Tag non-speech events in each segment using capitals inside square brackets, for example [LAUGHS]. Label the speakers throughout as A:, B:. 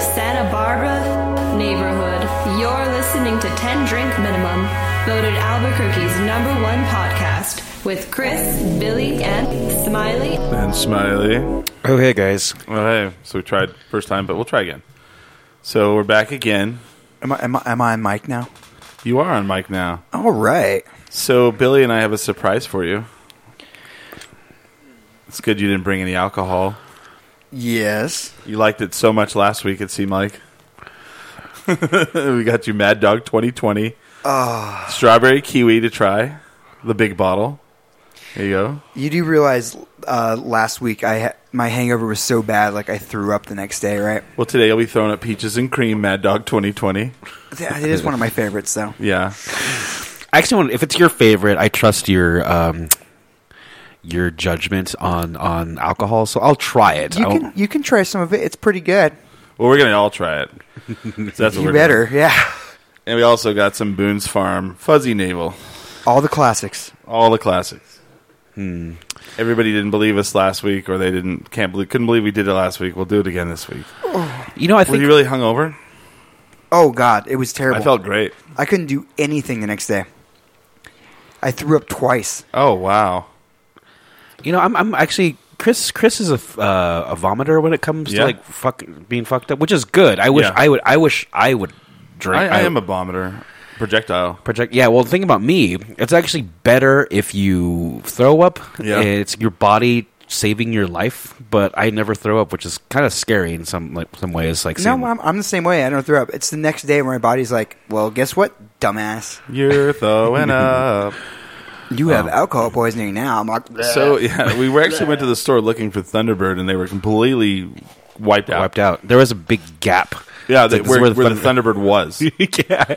A: Santa Barbara neighborhood, you're listening to 10 Drink Minimum, voted Albuquerque's number one podcast with Chris, Billy, and Smiley.
B: And Smiley.
C: Oh, hey, guys.
B: All right. So we tried first time, but we'll try again. So we're back again.
C: Am I, am I, am I on mic now?
B: You are on mic now.
C: All right.
B: So Billy and I have a surprise for you. It's good you didn't bring any alcohol.
C: Yes.
B: You liked it so much last week, it seemed like. [LAUGHS] we got you Mad Dog 2020.
C: Ah.
B: Strawberry kiwi to try. The big bottle. There you go.
C: You do realize uh, last week I ha- my hangover was so bad, like I threw up the next day, right?
B: Well, today you'll be throwing up peaches and cream Mad Dog 2020.
C: Th- It is one of my favorites, though.
B: Yeah.
D: I actually want if it's your favorite, I trust your um, your judgment on on alcohol, so I'll try it.
C: You
D: I'll-
C: can you can try some of it. It's pretty good.
B: Well, we're going to all try
C: [LAUGHS]
B: it. So that's what
C: You
B: we're
C: better, yeah.
B: And we also got some Boone's Farm Fuzzy Navel,
C: All the classics.
B: all the classics. Everybody didn't believe us last week, or they didn't can't believe couldn't believe we did it last week. We'll do it again this week.
D: you know, I
B: Were
D: think
B: you really hungover?
C: Oh God, it was terrible.
B: I felt great.
C: I couldn't do anything the next day. I threw up twice.
B: Oh wow!
D: you know I'm, I'm actually Chris. Chris is a f- uh, a vomiter when it comes
B: Yeah.
D: to like fuck being fucked up, which is good. I wish
B: Yeah.
D: I would. I wish I would drink.
B: I, I am a vomiter, projectile.
D: project. Yeah, well, the thing about me, it's actually better if you throw up.
B: Yeah.
D: it's your body saving your life. But I never throw up, which is kind of scary in some like some ways. Like seeing-
C: No, I'm, I'm the same way. I don't throw up. It's the next day where my body's like, well, guess what, dumbass?
B: You're [LAUGHS] throwing up.
C: You
B: Oh.
C: have alcohol poisoning now. I'm like,
B: So yeah, we were actually went to the store looking for Thunderbird, and they were completely wiped out.
D: wiped out. There was a big gap.
B: Yeah,
D: It's
B: they,
D: like, this
B: where,
D: is
B: where, the,
D: Thunder-
B: Thunderbird was.
D: [LAUGHS] yeah.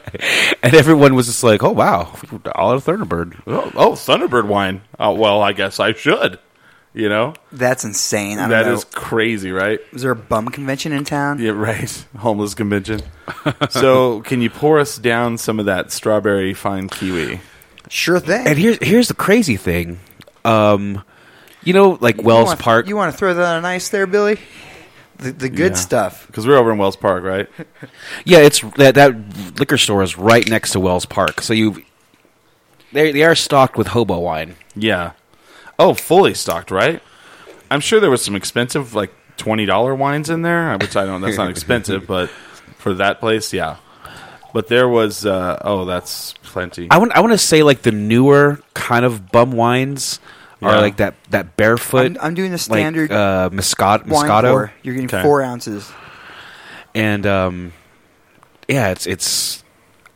D: And everyone was just like, "Oh wow, all out of Thunderbird."
B: oh, oh, Thunderbird wine. Oh well, I guess I should. You know.
C: that's insane. I don't
B: That
C: know.
B: is crazy, right?
C: Was there a bum convention in town?
B: Yeah, right. [LAUGHS] Homeless convention. so, can you pour us down some of that strawberry fine kiwi?
C: Sure thing.
D: And here's here's the crazy thing, um, you know, like
C: You
D: Wells
C: wanna-
D: Park.
C: You want to throw that on ice there, Billy? The, the good
B: Yeah.
C: stuff.
B: Because we're over in Wells Park,
C: [LAUGHS]
B: right?
D: yeah, it's that that liquor store is right next to Wells Park, so you they they are stocked with hobo wine.
B: Yeah. Oh, fully stocked, right? I'm sure there was some expensive, like twenty dollar wines in there, which I don't. That's not expensive, but for that place, yeah. But there was. Uh, oh, that's plenty.
D: I want I want to say like the newer kind of bum wines
B: Yeah.
D: are like that that barefoot.
C: I'm- I'm doing the standard
D: like, uh, Moscato,
C: Wine
D: Moscato,
C: pour. You're getting
B: Okay.
C: four ounces.
D: and um, yeah, it's it's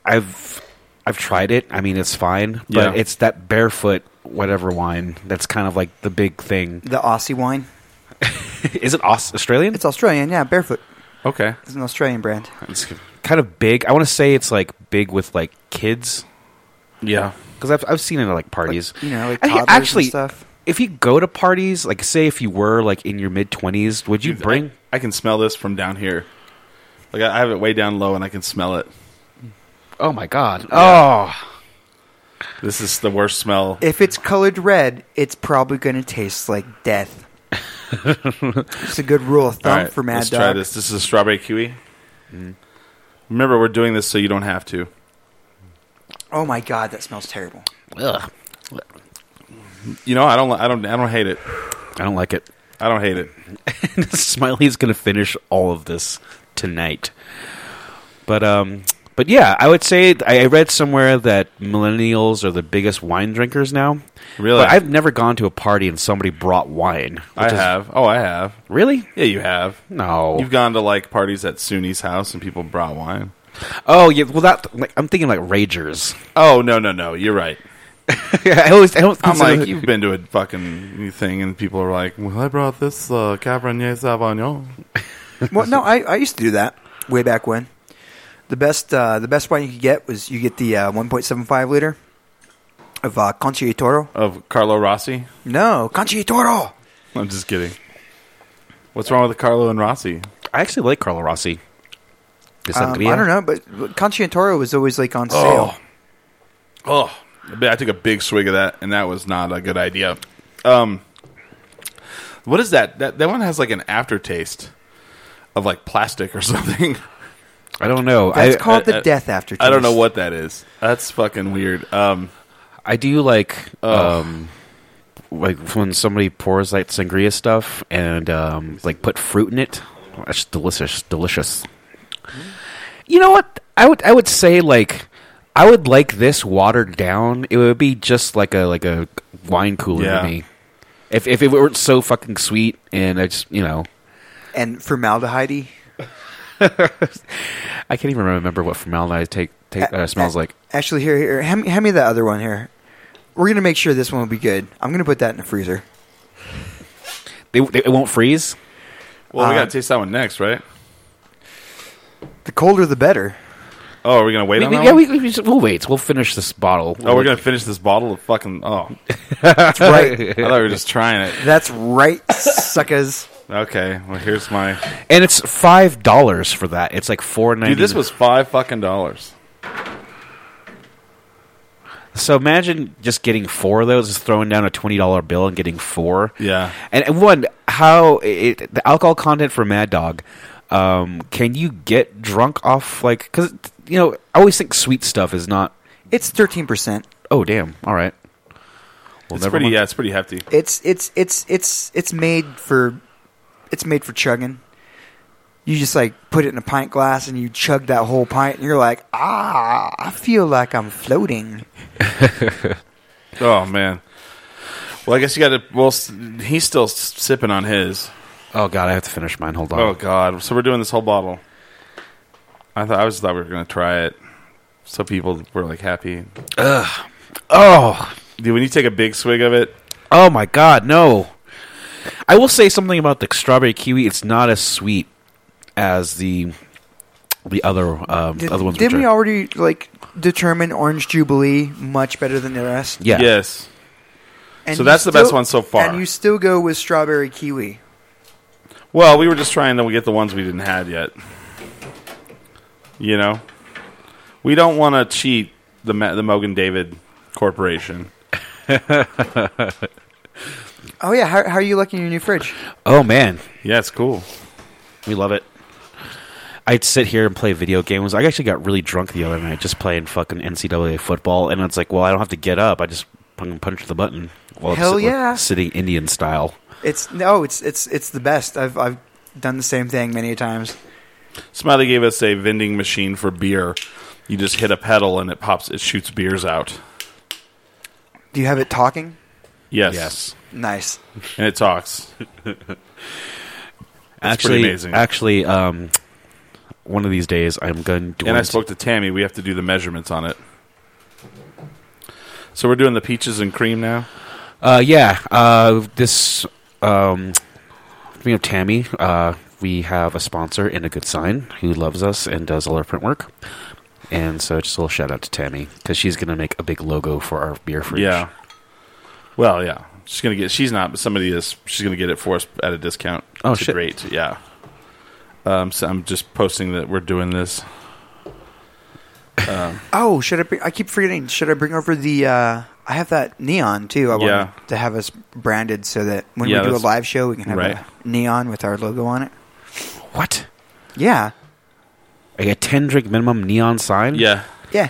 D: I've I've tried it. I mean, it's fine, but
B: Yeah.
D: it's that barefoot whatever wine that's kind of like the big thing.
C: The Aussie wine.
D: [LAUGHS] Is it Aus- Australian?
C: It's Australian, yeah. Barefoot.
B: Okay.
C: It's an Australian brand.
D: It's kind of big. I want to say it's like big with like kids
B: Yeah.
D: because I've I've seen it at like parties.
C: you know, like
D: And he-
C: toddlers and stuff.
D: If you go to parties, like say if you were like in your mid twenties, would you
B: Dude,
D: bring?
B: I, I can smell this from down here. Like I I have it way down low, and I can smell it.
D: oh my god! Oh,
B: This is the worst smell.
C: If it's colored red, it's probably going to taste like
B: [LAUGHS]
C: death. it's a good rule of
B: All
C: thumb
B: right,
C: for Mad
B: let's
C: Dog.
B: try this. This is a strawberry kiwi. Mm. Remember, we're doing this so you don't have to.
C: Oh my god, that smells terrible.
D: Ugh.
B: You know, I don't. li- I don't. I don't hate it.
D: I don't like it. [LAUGHS]
B: I don't hate it.
D: Smiley's going to finish all of this tonight. But um, but yeah, I would say I I read somewhere that millennials are the biggest wine drinkers now.
B: Really?
D: but I've never gone to a party and somebody brought wine. which
B: I
D: is-
B: have. Oh, I have.
D: Really?
B: Yeah, you have.
D: No.
B: You've gone to like parties at SUNY's house and people brought wine.
D: oh yeah. Well, that like, I'm thinking like ragers. [LAUGHS]
B: Oh no, no, no. You're right.
D: I always I don't.
B: I'm
D: consider-
B: like you've been to a fucking thing and people are like, well, I brought this uh, Cabernet Sauvignon.
C: well, no, I, I used to do that way back when. The best uh, the best wine you could get was you get the uh, 1.75 liter of uh, Conciliatoro.
B: of Carlo Rossi.
C: No, Conciliatoro.
B: I'm just kidding. What's wrong with Carlo and Rossi?
D: I actually like Carlo Rossi. The
C: Um,
D: sangria.
C: I don't know, but Conciliatoro was always like on
B: Oh.
C: sale.
B: Oh, I took a big swig of that, and that was not a good idea. Um, what is that? That that one has like an aftertaste. of like plastic or [LAUGHS] something.
D: I don't know.
C: That's
D: I,
C: called the
B: I-
C: death after.
B: I don't know
C: taste.
B: what that is. That's fucking weird. Um,
D: I do like um like when somebody pours like sangria stuff and um like put fruit in it. That's delicious, delicious. You know what? I would I would say like I would like this watered down. It would be just like a like a wine cooler
B: Yeah.
D: to me. If if it weren't so fucking sweet and I just you know
C: And formaldehyde.
D: I can't even remember what formaldehyde take, take uh, smells
C: A-
D: like.
C: Actually, here, here, hand me, hand me the other one here. We're gonna make sure this one will be good. I'm gonna put that in the freezer.
D: They, they it won't freeze.
B: well, we
C: Uh,
B: gotta taste that one next, right?
C: The colder, the better.
B: Oh, are we gonna wait
D: We-
B: on
D: we-
B: that
D: yeah,
B: one?
D: we, we just, we'll wait. We'll finish this bottle.
B: Oh,
D: [LAUGHS]
B: we're gonna finish this bottle of fucking. Oh, I
C: That's right.
B: thought we were just trying it. [LAUGHS]
C: That's right, suckers.
B: Okay, well here's my.
D: and it's five dollars for that. It's like four ninety.
B: Dude, this was five fucking dollars.
D: so. Imagine just getting four of those, just throwing down a twenty dollar bill and getting four.
B: Yeah.
D: and, and one how it, the alcohol content for Mad Dog. Um, can you get drunk off like because you know I always think sweet stuff is not.
C: It's thirteen percent.
D: Oh damn! All right. Well,
B: It's
D: never
B: pretty.
D: mind.
B: Yeah, it's pretty hefty.
C: It's it's it's it's it's made for it's made for chugging. You just like put it in a pint glass and you chug that whole pint and you're like, ah, I feel like I'm floating.
B: Oh man. Well, I guess you got to. Well, s- he's still s- sipping on his.
D: Oh god, I have to finish mine. Hold on.
B: Oh God! So we're doing this whole bottle. I thought I was thought we were gonna try it, so people were like happy.
D: oh,
B: Dude, when you take a big swig of it,
D: oh my god, no! I will say something about the strawberry kiwi. It's not as sweet as the the other um,
C: Did,
D: other ones.
C: did
D: which
C: we
D: are-
C: already like determine Orange Jubilee much better than the rest?
D: Yeah.
B: yes,
C: And
B: So
C: you
B: that's the best one so far.
C: And you still go with strawberry kiwi.
B: Well, we were just trying to get the ones we didn't have yet. You know, we don't want to cheat the Ma- the Mogan David Corporation.
C: Oh yeah, how, how are you liking your new fridge?
D: Oh man,
B: Yeah, it's cool.
D: we love it. I'd sit here and play video games. I actually got really drunk the other night just playing fucking NCAA football, and it's like, well, I don't have to get up. I just fucking punch the button. Well,
C: Hell yeah.
D: sitting Indian style.
C: It's no, it's it's it's the best. I've I've done the same thing many times.
B: Smiley gave us a vending machine for beer. You just hit a pedal and it pops. It shoots beers out.
C: Do you have it talking?
B: Yes,
D: Yes.
C: Nice.
B: and it talks. That's
D: actually,
B: pretty amazing.
D: Actually, um, one of these days I'm going to.
B: And I spoke to Tammy. We have to do the measurements on it. So we're doing the peaches and cream now.
D: Uh, yeah. Uh, this. Um, we have Tammy. Uh, we have a sponsor and a good sign who loves us and does all our print work. And so, just a little shout out to Tammy because she's gonna make a big logo for our beer fridge.
B: Yeah. Well, yeah. She's gonna get. She's not, but somebody is. She's gonna get it for us at a discount.
D: Oh,
B: to
D: shit.
B: Rate. Yeah. Um, so I'm just posting that we're doing this.
C: Oh, should I? Bring, I keep forgetting. Should I bring over the? Uh, I have that neon too. I
B: Yeah.
C: want to have us branded so that when
B: Yeah,
C: we do a
B: that's-
C: live show, we can have
B: right.
C: a neon with our logo on it.
D: What?
C: Yeah,
D: Like a ten drink minimum neon sign?
B: Yeah.
C: yeah.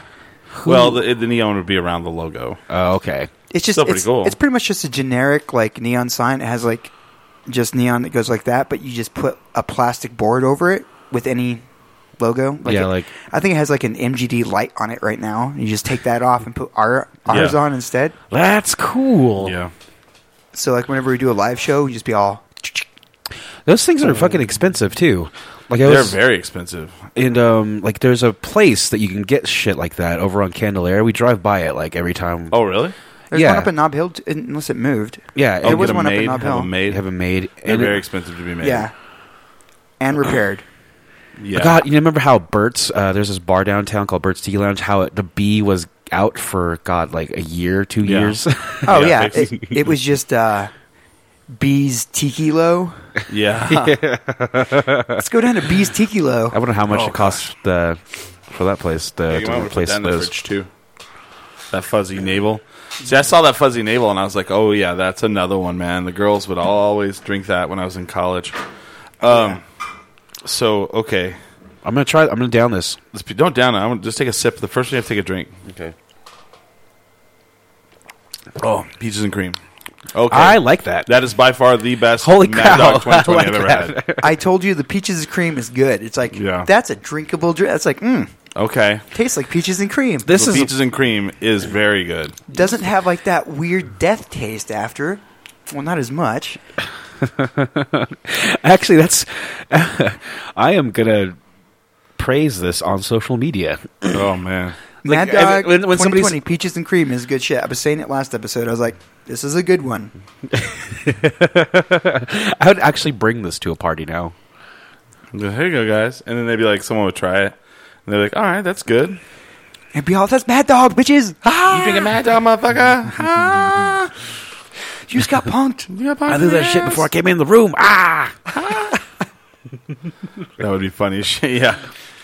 B: Well, the, the neon would be around the logo.
D: Oh, okay.
C: It's just
B: Still pretty
C: it's,
B: cool.
C: It's pretty much just a generic like neon sign. It has like just neon that goes like that, but you just put a plastic board over it with any logo.
D: Yeah,
C: it-
D: like-
C: I think it has like an MGD light on it right now. You just take that off and put our ours
B: Yeah.
C: on instead.
D: That's cool.
B: Yeah.
C: So like whenever we do a live show, we just be all
D: Those things are fucking expensive too. Like I
B: They're
D: was,
B: very expensive.
D: and um, like there's a place that you can get shit like that over on Candelaria. We drive by it like every time.
B: Oh, really?
C: There's
D: yeah,
C: one up in Knob Hill, t- unless it moved.
D: yeah.
B: Oh,
D: it
B: get
D: was
C: was
B: them
C: one up in
B: made,
C: Nob
B: have
C: Hill.
B: them made.
D: have a maid.
B: They're
D: and
B: very
D: it-
B: expensive to be made.
C: Yeah.
B: [LAUGHS]
C: And repaired.
B: Yeah.
D: God, you remember how Burt's? Uh, there's this bar downtown called Burt's Tea Lounge. How it, the bee was out for God, like a year, two
B: Yeah.
D: years. [LAUGHS]
C: Oh,
B: Yeah,
C: yeah.
B: fixed.
C: It, it was just uh, Bee's Tiki Lo.
B: Yeah. [LAUGHS]
C: Let's go down to Bee's Tiki Lo.
D: I wonder how much
B: Oh,
D: it costs the, for that place the,
B: you might
D: to
B: want to put
D: replace
B: that in the
D: those.
B: fridge too. That fuzzy navel. See, I saw that fuzzy navel, and I was like, "Oh yeah, that's another one, man." The girls would always drink that when I was in college. Um, So okay,
D: I'm gonna try. I'm gonna down this.
B: Let's be, don't down it. I'm gonna just take a sip. The first one you have to take a drink.
D: Okay.
B: Oh, peaches and cream. Okay,
D: I like that.
B: that is by far the best.
D: Holy
B: Mad
D: cow,
B: Dog 2020
D: [LAUGHS] I like
B: I've ever
D: that.
B: had.
C: [LAUGHS] I told you the peaches and cream is good. It's like
B: Yeah.
C: that's a drinkable drink. That's like mm,
B: Okay,
C: tastes like peaches and cream.
D: This
B: so
D: is
B: peaches and cream is very good.
C: doesn't have like that weird death taste after. Well, not as much.
D: [LAUGHS] actually that's. I am gonna praise this on social media. [LAUGHS]
B: Oh man,
D: Like,
C: Mad Dog
D: and when- when somebody's-
C: 2020 peaches and cream is good shit. I was saying it last episode. I was like, this is a good one.
D: I would actually bring this to a party now.
B: here you go, guys. And then they'd be like, someone would try it, and they're like, all right, that's good.
C: And be all that's Mad Dog, bitches. Ah,
B: You drink a Mad Dog, motherfucker. Ah,
C: you
D: [LAUGHS]
C: just got punked.
B: you got pumped
D: I threw
B: in
D: that
B: the
D: shit
B: ass.
D: before I came in the room. Ah,
B: That would be funny [LAUGHS] as shit. Yeah.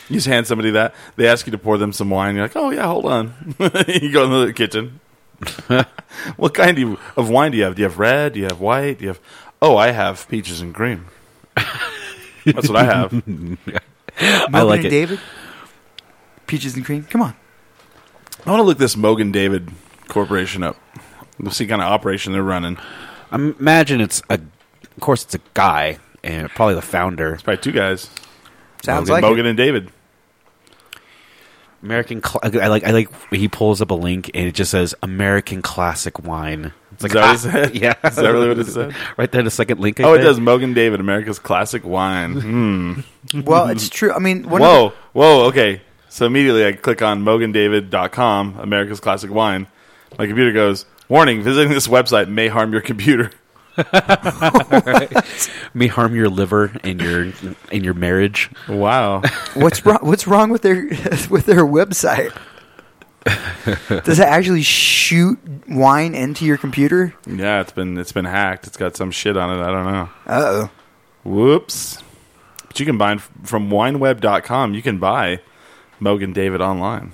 B: You just hand somebody that. They ask you to pour them some wine. You're like, oh, yeah, hold on. [LAUGHS] you go into the
D: [LAUGHS]
B: kitchen. what kind do you, of wine do you have? Do you have red? Do you have white? Do you have. Oh, I have peaches and cream. That's what I
D: [LAUGHS]
B: have.
D: I
C: Melvin
D: like
C: and
D: it.
C: David. Peaches and cream. Come on.
B: I want to look this Mogan David Corporation up. We'll see kind of operation they're running.
D: I imagine it's a. Of course, it's a guy and probably the founder.
B: Probably two guys
C: Sounds
D: Mogan-
C: like
B: Mogan and David.
D: American. Cl- I like. I like. He pulls up a link and it just says American classic wine. It's like
B: Is that what it
D: ah,
B: said?
D: [LAUGHS] yeah.
B: Is that really what it said?
D: Right there, the second link. I
B: Oh, it
D: think.
B: does. Mogan David, America's classic
C: [LAUGHS]
B: wine. Mm.
C: it. Well, it's true. I mean, one of the-
B: Whoa, whoa, okay. So immediately I click on mogandavid.com, America's Classic Wine. My computer goes, Warning, visiting this website may harm your
C: [LAUGHS]
B: computer.
D: May harm your liver and your and your marriage.
B: Wow.
C: What's wrong? What's wrong with their [LAUGHS] with their website? Does it actually shoot wine into your computer?
B: [LAUGHS] yeah, it's been it's been hacked. It's got some shit on it. I don't know.
C: Uh oh.
B: Whoops. But you can buy from wineweb.com, you can buy Mogan David online.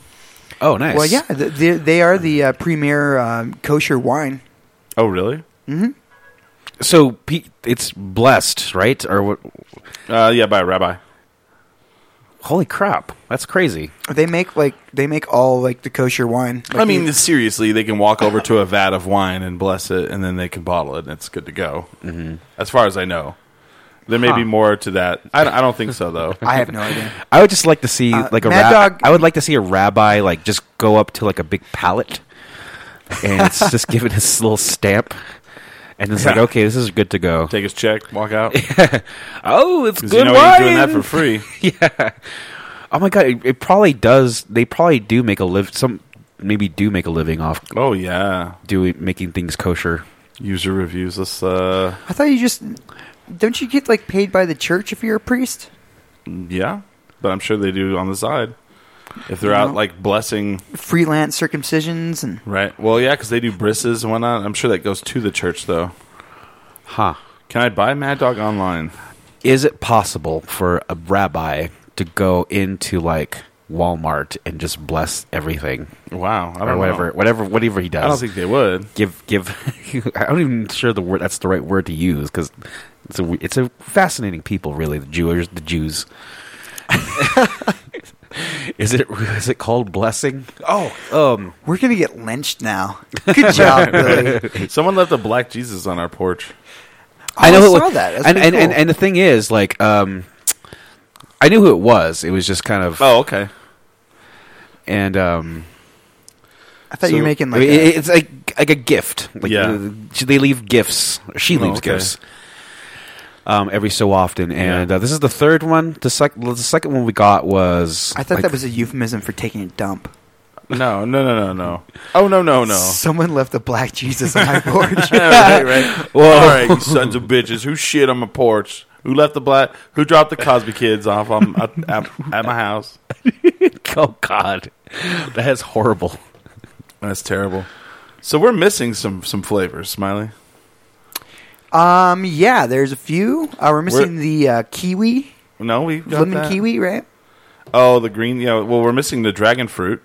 D: Oh, nice.
C: Well, yeah, th- they, they are the uh, premier um, kosher wine.
B: Oh, really?
D: So Pete, it's blessed, right? Or what?
B: Uh, yeah, by a rabbi.
D: Holy crap, that's crazy.
C: They make like they make all like the kosher wine. Like,
B: I mean, seriously, they can walk over
D: [LAUGHS]
B: to a vat of wine and bless it, and then they can bottle it, and it's good to go. Mm-hmm. As far as I know, there may be
D: Huh.
B: more to that. I, I don't think so,
D: [LAUGHS]
B: though.
C: I have no idea.
D: I would just like to see
C: Uh,
D: like a
C: Mad
D: rab-
C: Dog-
D: I would like to see a rabbi like just go up to like a big pallet and
C: [LAUGHS]
D: it's just give it his little stamp, and it's like
B: Yeah.
D: okay, this is good to go.
B: Take his check, walk
D: [LAUGHS]
B: out.
D: Oh, it's
B: 'Cause
D: good
B: you know he's doing that for free.
D: [LAUGHS] oh my god, it, it probably does. They probably do make a live. Some maybe do make a living off
B: Oh yeah,
D: doing making things kosher.
B: user reviews. Let's. Uh,
C: I thought you just don't you get like paid by the church if you're a priest?
B: yeah, but I'm sure they do on the side if they're out
C: Mhm.
B: like blessing.
C: Freelance circumcisions and
B: Right. Well, yeah, because they do brisses and whatnot. I'm sure that goes to the church though.
D: Huh.
B: Can I buy Mad Dog online?
D: is it possible for a rabbi to go into like Walmart and just bless everything
B: Wow. I don't
D: or
B: know.
D: whatever, whatever, whatever he does?
B: I don't think they would.
D: give give. [LAUGHS] I'm not even sure the word that's the right word to use because it's a we- it's a fascinating people really the Jewish
B: [LAUGHS]
D: the Jews. [LAUGHS] is it is it called blessing? Oh, um,
C: we're gonna get lynched now. Good job,
B: [LAUGHS]
C: Billy. [LAUGHS]
B: Someone left a black Jesus on our porch.
D: I know
C: I
D: who it
C: saw
D: was,
C: that. That's
D: and,
C: pretty
D: and, and
C: cool.
D: and the thing is, like, um, I knew who it was. It was just kind of
B: Oh, okay.
D: and um.
C: I thought you were
B: So-
C: making
D: I
C: like
D: mean,
C: a-
D: it- it's like like a gift. Like
B: Yeah.
D: uh, she- they leave gifts. She
B: Oh,
D: leaves
B: okay.
D: gifts um, every so often. And uh, this is the third one. The second the second one we got was
C: I thought
D: like,
C: that was a euphemism for taking a dump.
B: No, no, no, no, no. Oh, no, no, no. [LAUGHS]
C: Someone left a black Jesus on my
B: right, [LAUGHS]
C: porch.
B: right. All right, you sons of bitches. Who shit on my porch? Who left the black? Who dropped the Cosby kids off on, at, at, at my house?
D: [LAUGHS] oh god, that is horrible.
B: That's terrible. So we're missing some some flavors, Smiley.
C: um, yeah, there's a few. Uh, we're missing the uh, kiwi,
B: No, we got
C: lemon
B: that.
C: kiwi, right?
B: Oh, the green. Yeah. Well, we're missing the dragon fruit,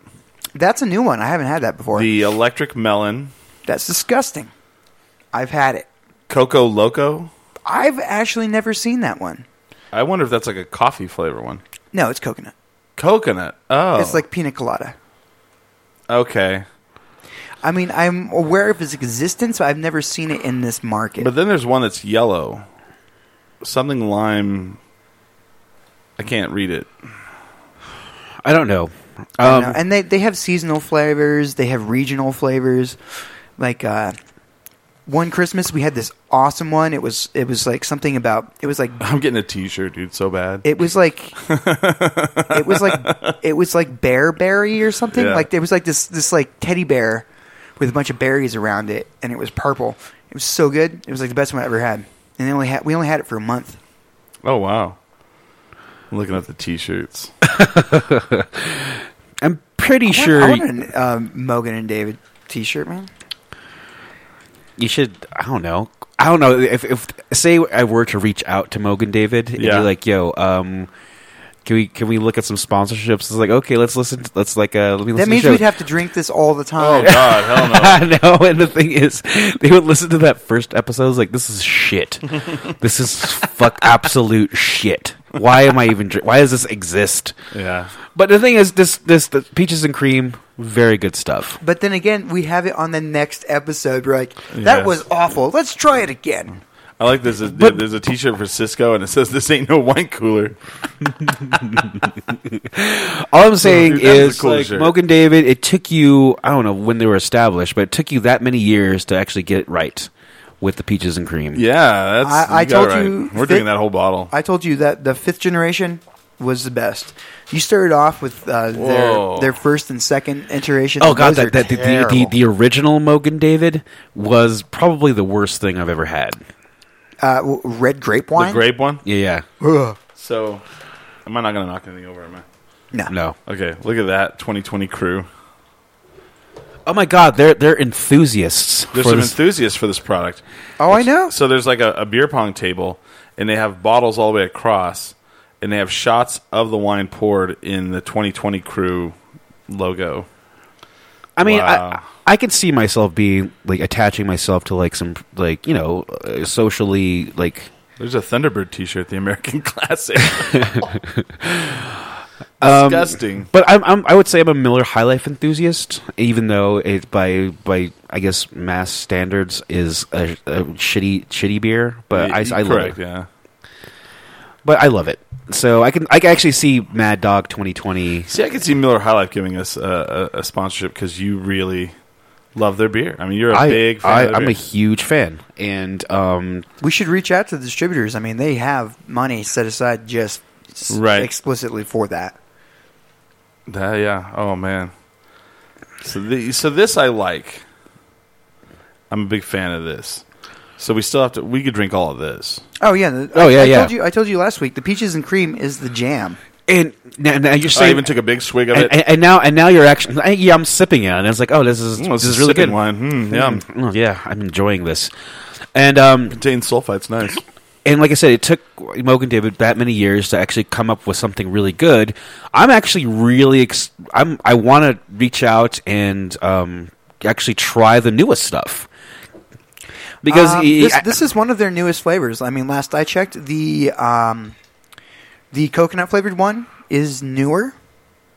C: That's a new one. I haven't had that before.
B: the electric melon,
C: That's disgusting. I've had it.
B: coco loco.
C: I've actually never seen that one.
B: I wonder if that's like a coffee flavor one.
C: No, it's coconut.
B: Coconut. Oh,
C: It's like pina colada.
B: okay.
C: I mean, I'm aware of its existence, but I've never seen it in this market.
B: But then there's one that's yellow, something lime. I can't read it. [LAUGHS]
D: I don't know.
C: I
D: Um,
C: know. and they they have seasonal flavors. They have regional flavors. Like uh, one Christmas, we had this awesome one. It was it was like something about it was like
B: I'm getting a T-shirt, dude, so bad.
C: it was like it was like it was like bear berry or something.
B: Yeah.
C: Like there was like this this like teddy bear with a bunch of berries around it, and it was purple. It was so good. It was like the best one I ever had. And they only had we only had it for a month.
B: oh wow. I'm looking at the T-shirts.
D: I'm pretty
C: I want-
D: sure
C: I want an um, Mogan and David T-shirt, man.
D: you should. I don't know. I don't know if, if say I were to reach out to Mogan David and
B: Yeah.
D: be like, "Yo, um, can we can we look at some sponsorships?" It's like, okay, let's listen. To, let's like uh, let me listen.
C: That means
D: to the
C: we'd
D: show. [LAUGHS]
C: have to drink this all the
B: Oh
C: time.
B: God, hell no.
D: I know, and the thing is, they would listen to that first episode. I was like, "This is
C: [LAUGHS]
D: shit. this is fuck absolute shit. Why am I even? Dr- why does this exist?"
B: Yeah.
D: But the thing is, this this the peaches and cream, very good stuff.
C: But then again, we have it on the next episode. We're like, that
B: Yes.
C: was awful. Let's try it again.
B: I like this. There's-
D: But-
B: there's a T-shirt for Cisco, and it says, "This ain't no wine cooler."
D: All I'm saying
B: Dude, that was
D: is,
B: a cool
D: like,
B: shirt.
D: Mogan David, it took you I don't know when they were established, but it took you that many years to actually get it right with the peaches and cream.
B: Yeah, that's.
C: I- I
B: got
C: told you
B: We're
C: that-
B: drinking that whole bottle.
C: I told you that the fifth generation was the best. You started off with uh,
B: Whoa.
C: their their first and second iteration.
D: Oh god,
C: Those are
D: that, that the, the, the
C: terrible.
D: the original Mogan David was probably the worst thing I've ever had.
C: uh, w- red grape wine.
B: the grape one.
D: Yeah, yeah.
C: Ugh.
B: So, am I not gonna knock anything over? Am I?
C: No.
D: No.
B: Okay, look at that 2020 crew.
D: Oh my god, they're they're enthusiasts.
B: There's
D: for
B: some
D: this-
B: enthusiasts for this product.
C: Oh, I know.
B: So there's like a, a beer pong table, and they have bottles all the way across, and they have shots of the wine poured in the 2020 crew logo.
D: I mean,
B: Wow.
D: I I can see myself being like attaching myself to like some like you know uh, socially like
B: There's a Thunderbird T-shirt, the American [LAUGHS] Classic.
D: [LAUGHS] Um,
B: Disgusting.
D: But I'm, I'm I would say I'm a Miller High Life enthusiast, even though it by by I guess mass standards is a, a shitty shitty beer. But I, I love it.
B: Correct, Yeah.
D: But I love it. So I can I can actually see Mad Dog 2020.
B: See, I could see Miller High Life giving us a, a, a sponsorship because you really love their beer. I mean, you're a
D: I,
B: big fan.
D: I,
B: of their
D: I'm a
B: beer.
D: huge fan, and um,
C: We should reach out to the distributors. I mean, they have money set aside just s-
B: Right.
C: explicitly for that.
B: That- yeah. Oh man. So the, so this I like. I'm a big fan of this. So we still have to. We could drink all of this.
C: Oh yeah. the-
D: Oh,
C: I-
D: yeah,
C: I
D: yeah.
C: Told you, I told you last week. The peaches and cream is the jam.
D: and now, now you're
B: I
D: saying
B: even took a big swig of
D: and,
B: it.
D: and- and now and now you're actually I- yeah I'm sipping it, and it's like oh this is
B: Mm,
D: this
B: a
D: is really
B: sipping
D: good.
B: wine. Mm, yeah,
D: Mm, oh, yeah, I'm enjoying this, and um,
B: contains sulfites. Nice.
D: and like I said, it took Mogan David that many years to actually come up with something really good. I'm actually really ex- I'm I want to reach out and um, actually try the newest stuff because
C: Um,
D: i-
C: this,
D: I-
C: this is one of their newest flavors. I mean, last I checked, the um, the coconut flavored one is newer.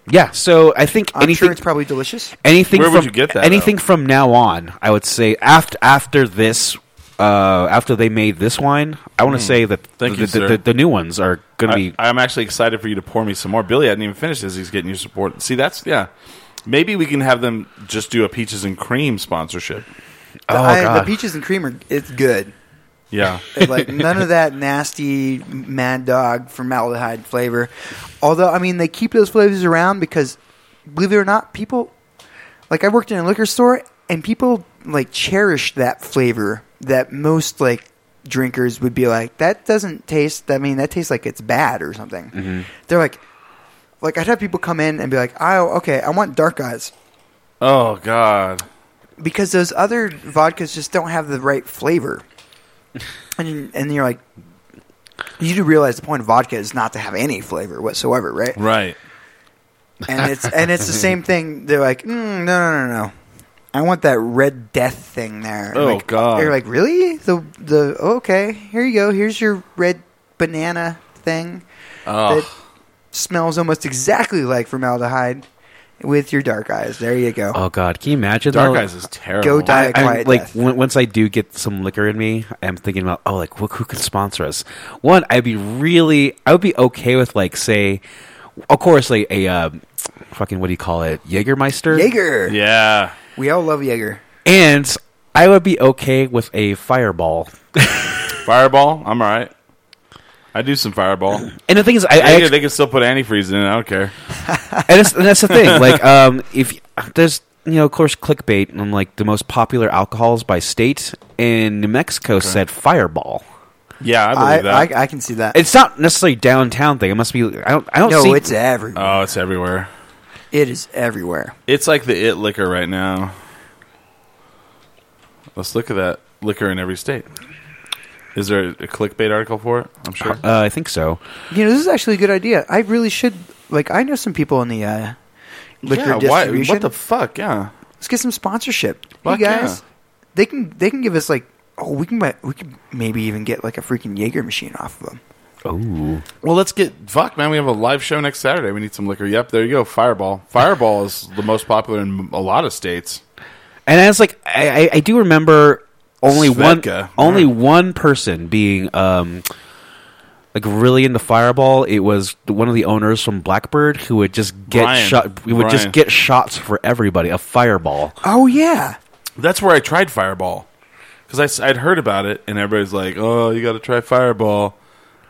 D: yeah. So I think
C: I'm
D: anything
C: sure it's probably delicious.
D: anything
B: Where
D: from,
B: would you get that,
D: anything from now on i would say after after this uh, after they made this wine i want to say that
B: Hmm. Thank
D: the,
B: you,
D: the,
B: sir.
D: the, the new ones are going
B: I,
D: to be
B: I'm actually excited for you to pour me some more. Billy hadn't even finished his. He's getting your support. See, that's yeah. Maybe we can have them just do a peaches and cream sponsorship.
C: The,
D: Oh,
C: I- the
D: God.
C: peaches and cream are it's good.
B: Yeah.
D: [LAUGHS]
C: Like none of that nasty Mad Dog formaldehyde flavor. Although I mean, they keep those flavors around because, believe it or not, people like I worked in a liquor store and people like cherish that flavor that most like drinkers would be like that doesn't taste i mean that tastes like it's bad or something
D: Mm-hmm.
C: they're like like i'd have people come in and be like oh okay i want dark eyes
B: oh God.
C: because those other vodkas just don't have the right flavor and and you're like you do realize the point of vodka is not to have any flavor whatsoever right
B: Right.
C: and it's
B: [LAUGHS]
C: and it's the same thing. They're like, mm, no, no, no, no. I want that red death thing there.
B: Oh,
C: Like,
B: God.
C: They're like, really? The the okay. Here you go. Here's your red banana thing
B: Ugh.
C: that smells almost exactly like formaldehyde with your dark eyes. There you go.
B: Uh,
D: Oh God, can you imagine?
B: Dark
D: though?
B: Eyes is terrible.
C: Go die a
D: I- I'm,
C: quiet
D: like
C: death.
D: when- once I do get some liquor in me, I'm thinking about oh, like look who can sponsor us. One, I'd be really, I would be okay with like say, of course, like a uh, fucking what do you call it, Jägermeister,
C: Jaeger.
B: Yeah.
C: We all love Jaeger.
D: and I would be okay with a Fireball.
B: Fireball, I'm all right. I do some Fireball.
D: And the thing is, I, I
B: They,
D: actually-
B: can, they can still put antifreeze in it. I don't care.
D: and, it's, and that's the thing. Like, um, if there's you know, of course, clickbait on like the most popular alcohols by state, and New Mexico said Fireball.
B: Yeah, I
C: I,
B: believe that.
C: I, I can see that.
D: It's not necessarily downtown thing. It must be. I don't. I don't
C: no,
D: see.
C: it's everywhere.
B: oh, it's everywhere.
C: it is everywhere.
B: It's like the it liquor right now. Let's look at that liquor in every state. Is there a clickbait article for it? I'm sure.
D: Uh, I think so.
C: You know, this is actually a good idea. I really should. Like, I know some people in the uh, liquor
B: yeah, why,
C: distribution.
B: what the fuck? Yeah.
C: Let's get some sponsorship.
B: Fuck
C: you guys,
B: yeah.
C: they can they can give us like oh we can buy, we can maybe even get like a freaking Jaeger machine off of them.
D: Oh,
B: Well, let's get fuck, man. We have a live show next Saturday. We need some liquor. Yep, there you go. Fireball. Fireball is the most popular in a lot of states.
D: and I was like, I, I, I do remember only
B: Svedka.
D: one, only one person being um, like really into Fireball. It was one of the owners from Blackbird who would just get
B: Brian.
D: shot. He would
B: Brian.
D: just get shots for everybody. A Fireball.
C: Oh yeah,
B: That's where I tried Fireball because I'd heard about it, and everybody's like, "Oh, you got to try Fireball."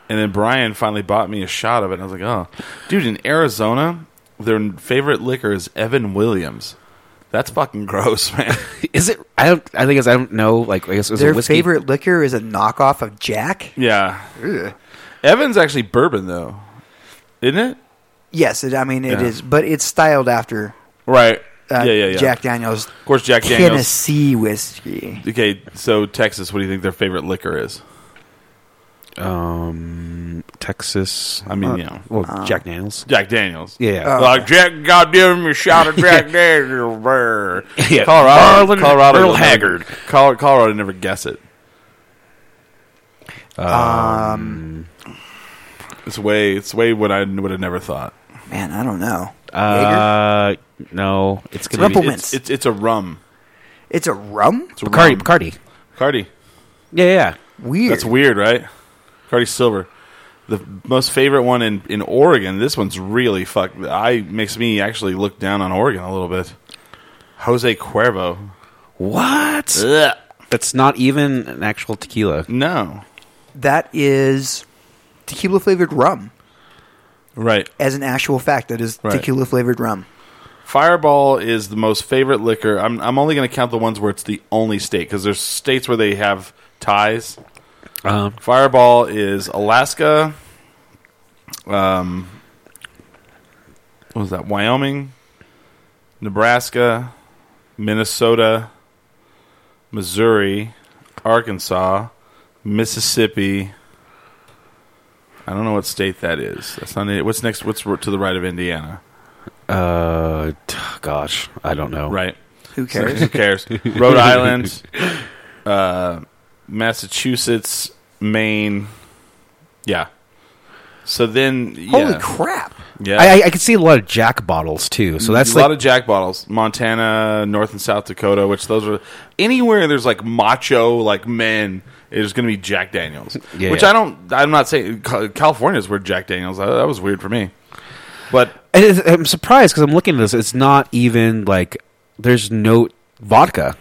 B: And then Brian finally bought me a shot of it, and I was like, "Oh, dude!" In Arizona, their favorite liquor is Evan Williams. That's fucking gross, [LAUGHS] man.
D: Is it? I don't. I think it's. I don't know. Like, I guess it was
C: their
D: a whiskey.
C: favorite liquor is a knockoff of Jack.
B: yeah, Evan's actually bourbon though, isn't it?
C: Yes, it, I mean it is,
B: Yeah.
C: but it's styled after
B: Right.
C: uh,
B: yeah, yeah, yeah.
C: Jack Daniel's
B: of course, Jack Daniels.
C: Tennessee whiskey.
B: Okay, so Texas, what do you think their favorite liquor is?
D: Um, Texas. uh,
B: I mean, yeah,
D: Well,
C: Uh.
D: Jack Daniels.
B: Jack Daniels.
D: Yeah.
C: Oh.
B: like Jack, God give me a shot of Jack Daniels. brr.
D: Yeah.
B: Colorado,
D: Arlen-
B: Colorado,
D: Earl
B: you'll never-
D: Haggard.
B: Col- Colorado, would never guess it.
C: Um,
B: It's way, it's way what I would have never thought.
C: man, I don't know. Jaeger?
D: Uh, no, it's gonna be
C: Rumpelman.
B: It's, it's it's a rum.
C: It's a rum.
B: It's a
D: Bacardi.
B: rum.
D: Bacardi.
B: Bacardi.
D: Yeah, yeah.
C: Weird.
B: That's weird, right? Bacardi Silver. The most favorite one in, in Oregon. This one's really fuck. I makes me actually look down on Oregon a little bit. Jose Cuervo.
D: What?
B: Ugh.
D: That's not even an actual tequila.
B: No.
C: That is tequila flavored rum.
B: Right.
C: As an actual fact, that is
B: Right.
C: tequila flavored rum.
B: Fireball is the most favorite liquor. I'm I'm only going to count the ones where it's the only state because there's states where they have ties.
D: Um,
B: Fireball is Alaska. Um, what was that? Wyoming, Nebraska, Minnesota, Missouri, Arkansas, Mississippi. I don't know what state that is. That's not it. What's next? What's to the right of Indiana?
D: uh, t- gosh, I don't know.
B: Right.
C: Who cares?
B: Who [LAUGHS] cares? Rhode
D: [LAUGHS]
B: Island, uh, Massachusetts, Maine. Yeah. So then, yeah,
C: Holy crap!
B: yeah.
D: I, I I can see a lot of Jack bottles too. So that's
B: a
D: like
B: lot of Jack bottles. Montana, North and South Dakota, which those are anywhere there's like macho like men. There's going to be Jack Daniels,
D: [LAUGHS] Yeah,
B: which
D: yeah.
B: I don't. I'm not saying Ca- California's where Jack Daniels. uh, That, that was weird for me, but
D: And it's- I'm surprised because I'm looking at this. It's not even like there's no vodka,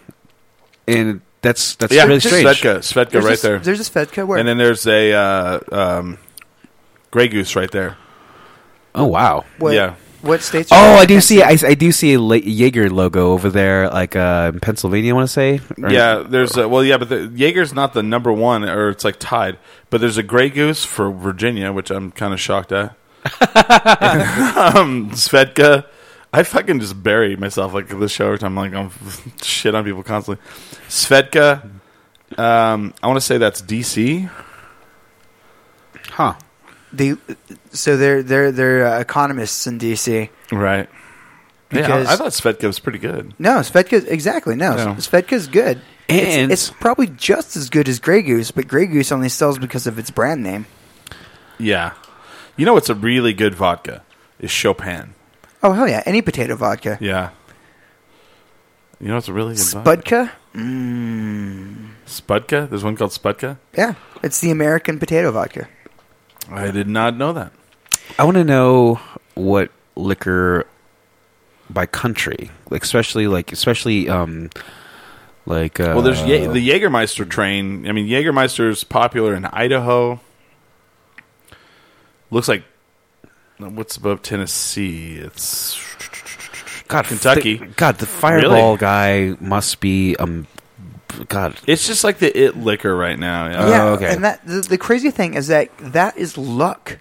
D: and that's that's
B: yeah,
D: really
B: just
D: strange.
B: Svedka, Svedka,
C: There's
B: right
C: a,
B: there.
C: There's a Svedka where
B: and then there's a uh, um, Grey Goose right there.
D: Oh wow.
C: what,
B: yeah.
C: what states?
D: Oh, I do see. I, I do see a La- Jaeger logo over there, like uh, in Pennsylvania. I want to say. Or-
B: Yeah, there's a, well, yeah, but the, Jaeger's not the number one, or it's like tied. But there's a Grey Goose for Virginia, which I'm kind of shocked [LAUGHS] at. and, um, Svedka, I fucking just bury myself like this show every time. Like I'm [LAUGHS] shit on people constantly. Svedka, um, I want to say that's DC.
D: Huh.
C: They, so they're they're they're uh, economists in DC.
B: Right. Yeah,
C: Because-
B: I, I thought Svedka was pretty good.
C: No, Svedka exactly no.
B: No.
C: Svedka's good. It's-
D: And-
C: it's, probably just as good as Grey Goose, but Grey Goose only sells because of its brand name.
B: Yeah. You know what's a really good vodka? Is Chopin.
C: Oh hell yeah, any potato vodka.
B: Yeah. You know what's a really good vodka?
C: Spudka?
B: Spudka? There's one called Spudka?
C: Yeah. It's the American potato vodka.
B: I did not know that.
D: I want to know what liquor by country, like especially like especially um like uh,
B: Well, there's Ye- the Jägermeister train. I mean, Jägermeister's popular in Idaho. Looks like what's above Tennessee? It's
D: God,
B: Kentucky.
D: fi- God, the fireball
B: Really?
D: guy must be um God.
B: it's just like the it liquor right now. Yeah.
C: yeah.
D: okay.
C: And that the, the crazy thing is that that is luck.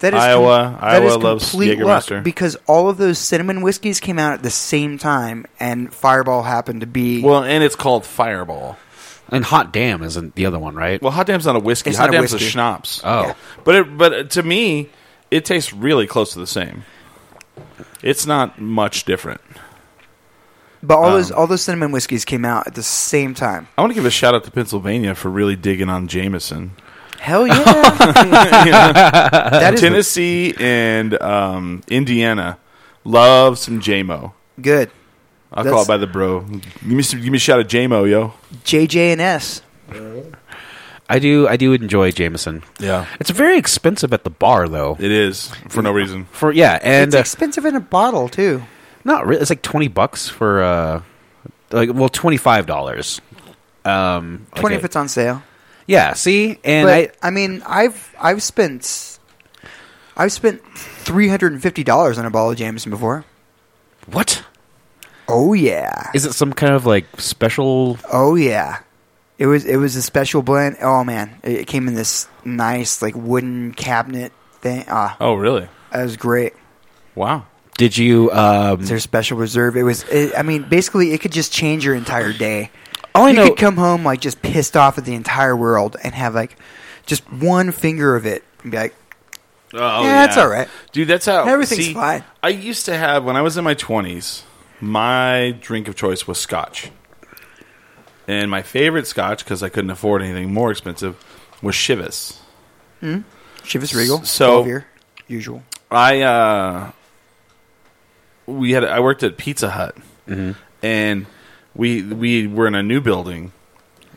C: That com-
B: Iowa-
C: that is
B: Iowa loves
C: complete luck
B: Jägermeister.
C: because all of those cinnamon whiskeys came out at the same time, and Fireball happened to be
B: Well, and it's called Fireball.
D: And hot damn isn't the other one, right?
B: Well, hot damn's not a whiskey.
C: It's
B: hot
C: not a
B: damn's a,
C: whiskey.
B: schnapps.
D: oh,
C: yeah.
B: But it, but to me, it tastes really close to the same. It's not much different.
C: But all those all those cinnamon whiskeys came out at the same time.
B: I want to give a shout out to Pennsylvania for really digging on Jameson.
C: [LAUGHS] Hell yeah! that is
B: Tennessee and um, Indiana love some JMO.
C: good.
B: I'll call
C: That's-
B: it by the bro. Give me, some, give me a shout out JMO, yo.
C: JJ and S.
D: I do. I do enjoy Jameson.
B: Yeah.
D: It's very expensive at the bar, though.
B: It is for no reason.
D: For yeah, and
C: It's
D: uh,
C: expensive in a bottle too.
D: not really. It's like twenty bucks for uh, like well, twenty five dollars. Um,
C: Twenty if
D: okay.
C: it's on sale.
D: yeah. See, and
C: but I, mean, I've I've spent I've spent three hundred and fifty dollars on a bottle of Jameson before.
D: I what
C: Oh yeah,
D: is it? Some kind of like special?
C: oh yeah. It was it was a special blend. Oh man, it, it came in this nice like wooden cabinet thing. Ah,
B: Oh, really?
C: that was great.
B: Wow.
D: Did you? Um,
C: It's
B: Mm.
C: their special reserve. It was. It, I mean, basically, it could just change your entire day.
D: All I
C: you
D: know-
C: could come home like just pissed off at the entire world and have like just one finger of it and be like,
B: Oh,
C: Yeah, it's all right.
B: Dude, that's how
C: Everything's
B: see,
C: fine.
B: I used to have when I was in my twenties, my drink of choice was scotch. And my favorite scotch, because I couldn't afford anything more expensive, was Chivas.
C: Chivas Regal,
B: So-
C: twelve year,
B: [LAUGHS]
C: usual.
B: I uh, we had I worked at Pizza Hut, and we we were in a new building.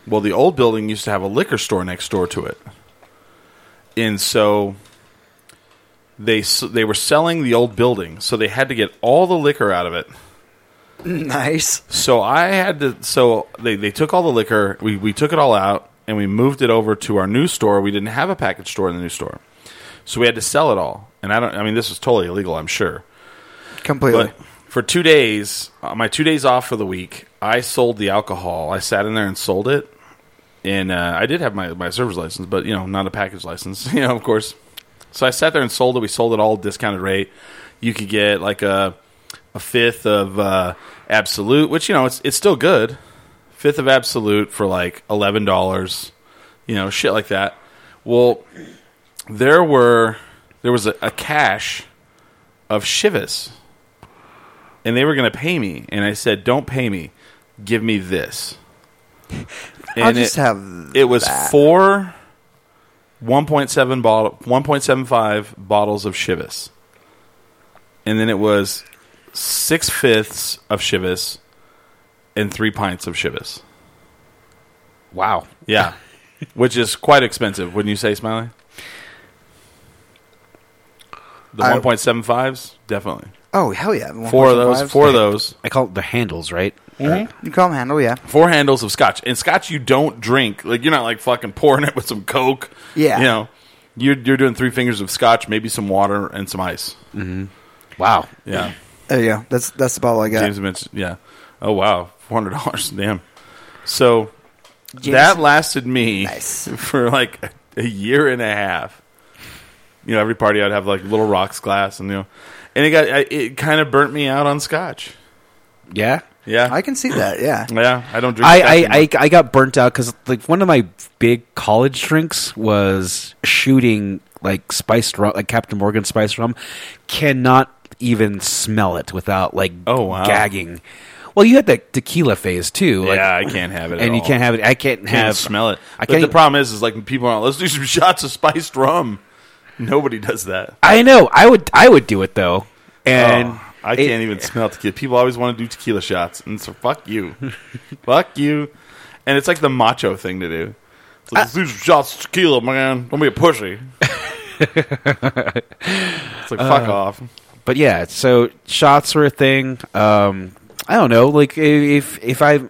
B: Well, the old building used to have a liquor store next door to it, and so they s- they were selling the old building, so they had to get all the liquor out of it.
C: Nice.
B: So I had to. So they, they took all the liquor. We we took it all out and we moved it over to our new store. We didn't have a package store in the new store, so we had to sell it all. And I don't. I mean, this was totally illegal. I'm sure.
C: Completely.
B: But for two days, uh, my two days off for the week, I sold the alcohol. I sat in there and sold it, and uh, I did have my my server's license, but you know, not a package license. [LAUGHS] You know, of course. So I sat there and sold it. We sold it all discounted rate. You could get like a a fifth of uh, absolute, which you know it's it's still good. Fifth of absolute for like eleven dollars, you know, shit like that. Well, there were there was a, a cache of shivas and they were going to pay me. And I said, "Don't pay me. Give me this."
C: [LAUGHS] I'll
B: And
C: just
B: it,
C: have.
B: it was
C: that.
B: four 1.7 bottle 1.75 bottles of Chivas, and then it was six fifths of Chivas and three pints of Chivas.
D: wow.
B: Yeah, which is quite expensive, wouldn't you say, Smiley? The
C: I-
B: 1.75s, definitely.
C: Oh hell yeah!
B: Four of those,
C: 1.75s.
B: four of those.
D: I call it the handles, right?
C: You call them handle, yeah.
B: four handles of scotch. And scotch you don't drink. Like you're not like fucking pouring it with some coke.
C: Yeah.
B: You know. You're you're doing three fingers of scotch, maybe some water and some ice.
D: Wow.
B: Yeah.
C: There you go. That's that's the bottle I got.
B: James mentioned yeah. Oh wow. Four hundred dollars. [LAUGHS] Damn. So
C: James-
B: that lasted me
C: Nice.
B: [LAUGHS] for like a, a year and a half. You know, every party I'd have like little rocks glass and you know and it got I, it kind of burnt me out on scotch.
D: Yeah.
B: Yeah.
C: I can see that. Yeah.
B: yeah, I don't drink
D: I,
B: scotch
D: I,
B: anymore.
D: I, I got burnt out because like one of my big college drinks was shooting like spiced rum, like Captain Morgan spiced rum. Cannot even smell it without like
B: Oh, wow.
D: gagging. Well, you had that tequila phase too, like,
B: yeah, I can't have it at
D: and you
B: all.
D: can't have it. I can't
B: can't
D: have
B: smell it.
D: I
B: but
D: can't.
B: [LAUGHS]
D: e
B: the problem is, is like people are. Let's do some shots of spiced rum. Nobody does that.
D: I know. I would. I would do it though. And
B: Oh, I
D: it-
B: can't even smell tequila. People always want to do tequila shots, and so fuck you, fuck you. And it's like the macho thing to do. It's like, "Let's do some shots of tequila, man. Don't be a pussy. it's like fuck off.
D: But yeah, so shots were a thing. Um, I don't know. Like i- if if I.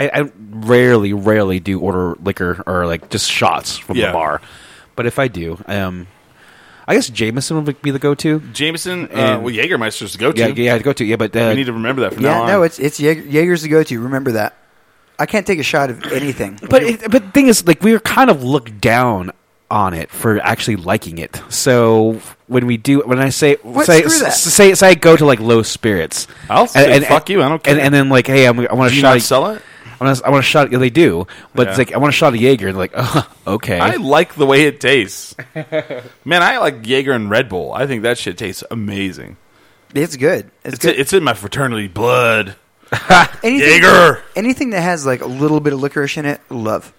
D: I, I rarely, rarely do order liquor or like just shots from
B: Yeah.
D: the bar, but if I do, um, I guess Jameson would be the go-to.
B: Jameson, uh,
D: And-
B: well, Jaegermeister's the go-to.
D: Yeah, yeah, I'd go to yeah, but uh,
B: We need to remember that from now
C: Yeah,
B: on.
C: no, it's it's Jaeger, Jaeger's the go-to. Remember that. I can't take a shot of anything.
D: But it, but the thing is, like we were kind of looked down on it for actually liking it. So when we do, when I say
C: What?
D: say
C: Screw that.
D: s- say, say I go to like low spirits,
B: I'll say, "Fuck you, I don't
D: And,
B: care."
D: and then like, hey, I'm, I
B: Do
D: want to
B: you
D: shot.
B: not sell it?
D: I want to shot. Yeah, they do, but it's
B: Yeah.
D: like I want to shot a Jaeger. And like, uh, okay,
B: I like the way it tastes. Man, I like Jaeger and Red Bull. I think that shit tastes amazing.
C: It's good. It's,
B: It's,
C: good.
B: it's in my fraternity blood.
C: anything,
B: Jaeger.
C: Anything that has like a little bit of licorice in it, love.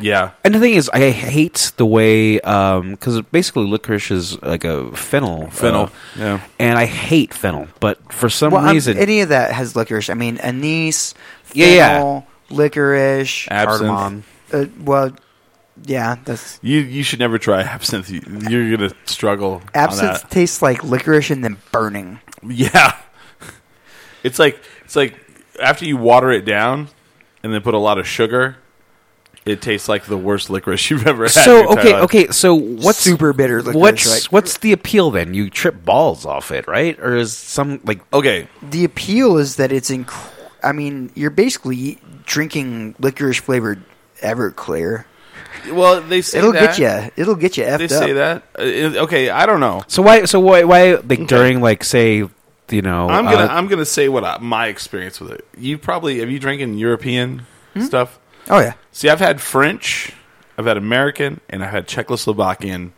B: Yeah.
D: And the thing is, I hate the way because basically licorice is like a fennel,
B: Fennel,
D: uh,
B: yeah.
D: And I hate fennel, but for some
C: Well, I'm-
D: reason,
C: any of that has licorice. I mean, anise,
D: Yeah, yeah.
C: fennel, licorice,
B: Absinthe.
C: cardamom. Uh, well, yeah, that's
B: You you should never try [LAUGHS] absinthe. You're gonna struggle.
C: absinthe
B: On
C: tastes like licorice and then burning.
B: that. Yeah. [LAUGHS] It's like it's like after you water it down and then put a lot of sugar, it tastes like the worst licorice [LAUGHS] you've ever had. in your
D: So
B: entire
D: okay,
B: life.
D: okay. So what's
C: Super bitter licorice,
D: what's
C: right?
D: what's the appeal then? You trip balls off it, right? Or is some like
B: okay.
C: The appeal is that it's inc- I mean, you're basically drinking licorice flavored Everclear.
B: Well, they say
C: It'll
B: that.
C: get you. It'll get you effed
B: They
C: up.
B: say that. Uh, it- okay, I don't know.
D: so why so why why like during like say you know
B: I'm gonna
D: uh,
B: I'm gonna say what I, my experience with it. You probably have you drinking European
D: Hmm?
B: stuff.
C: Oh yeah.
B: See, I've had French, I've had American, and I've had Czechoslovakian.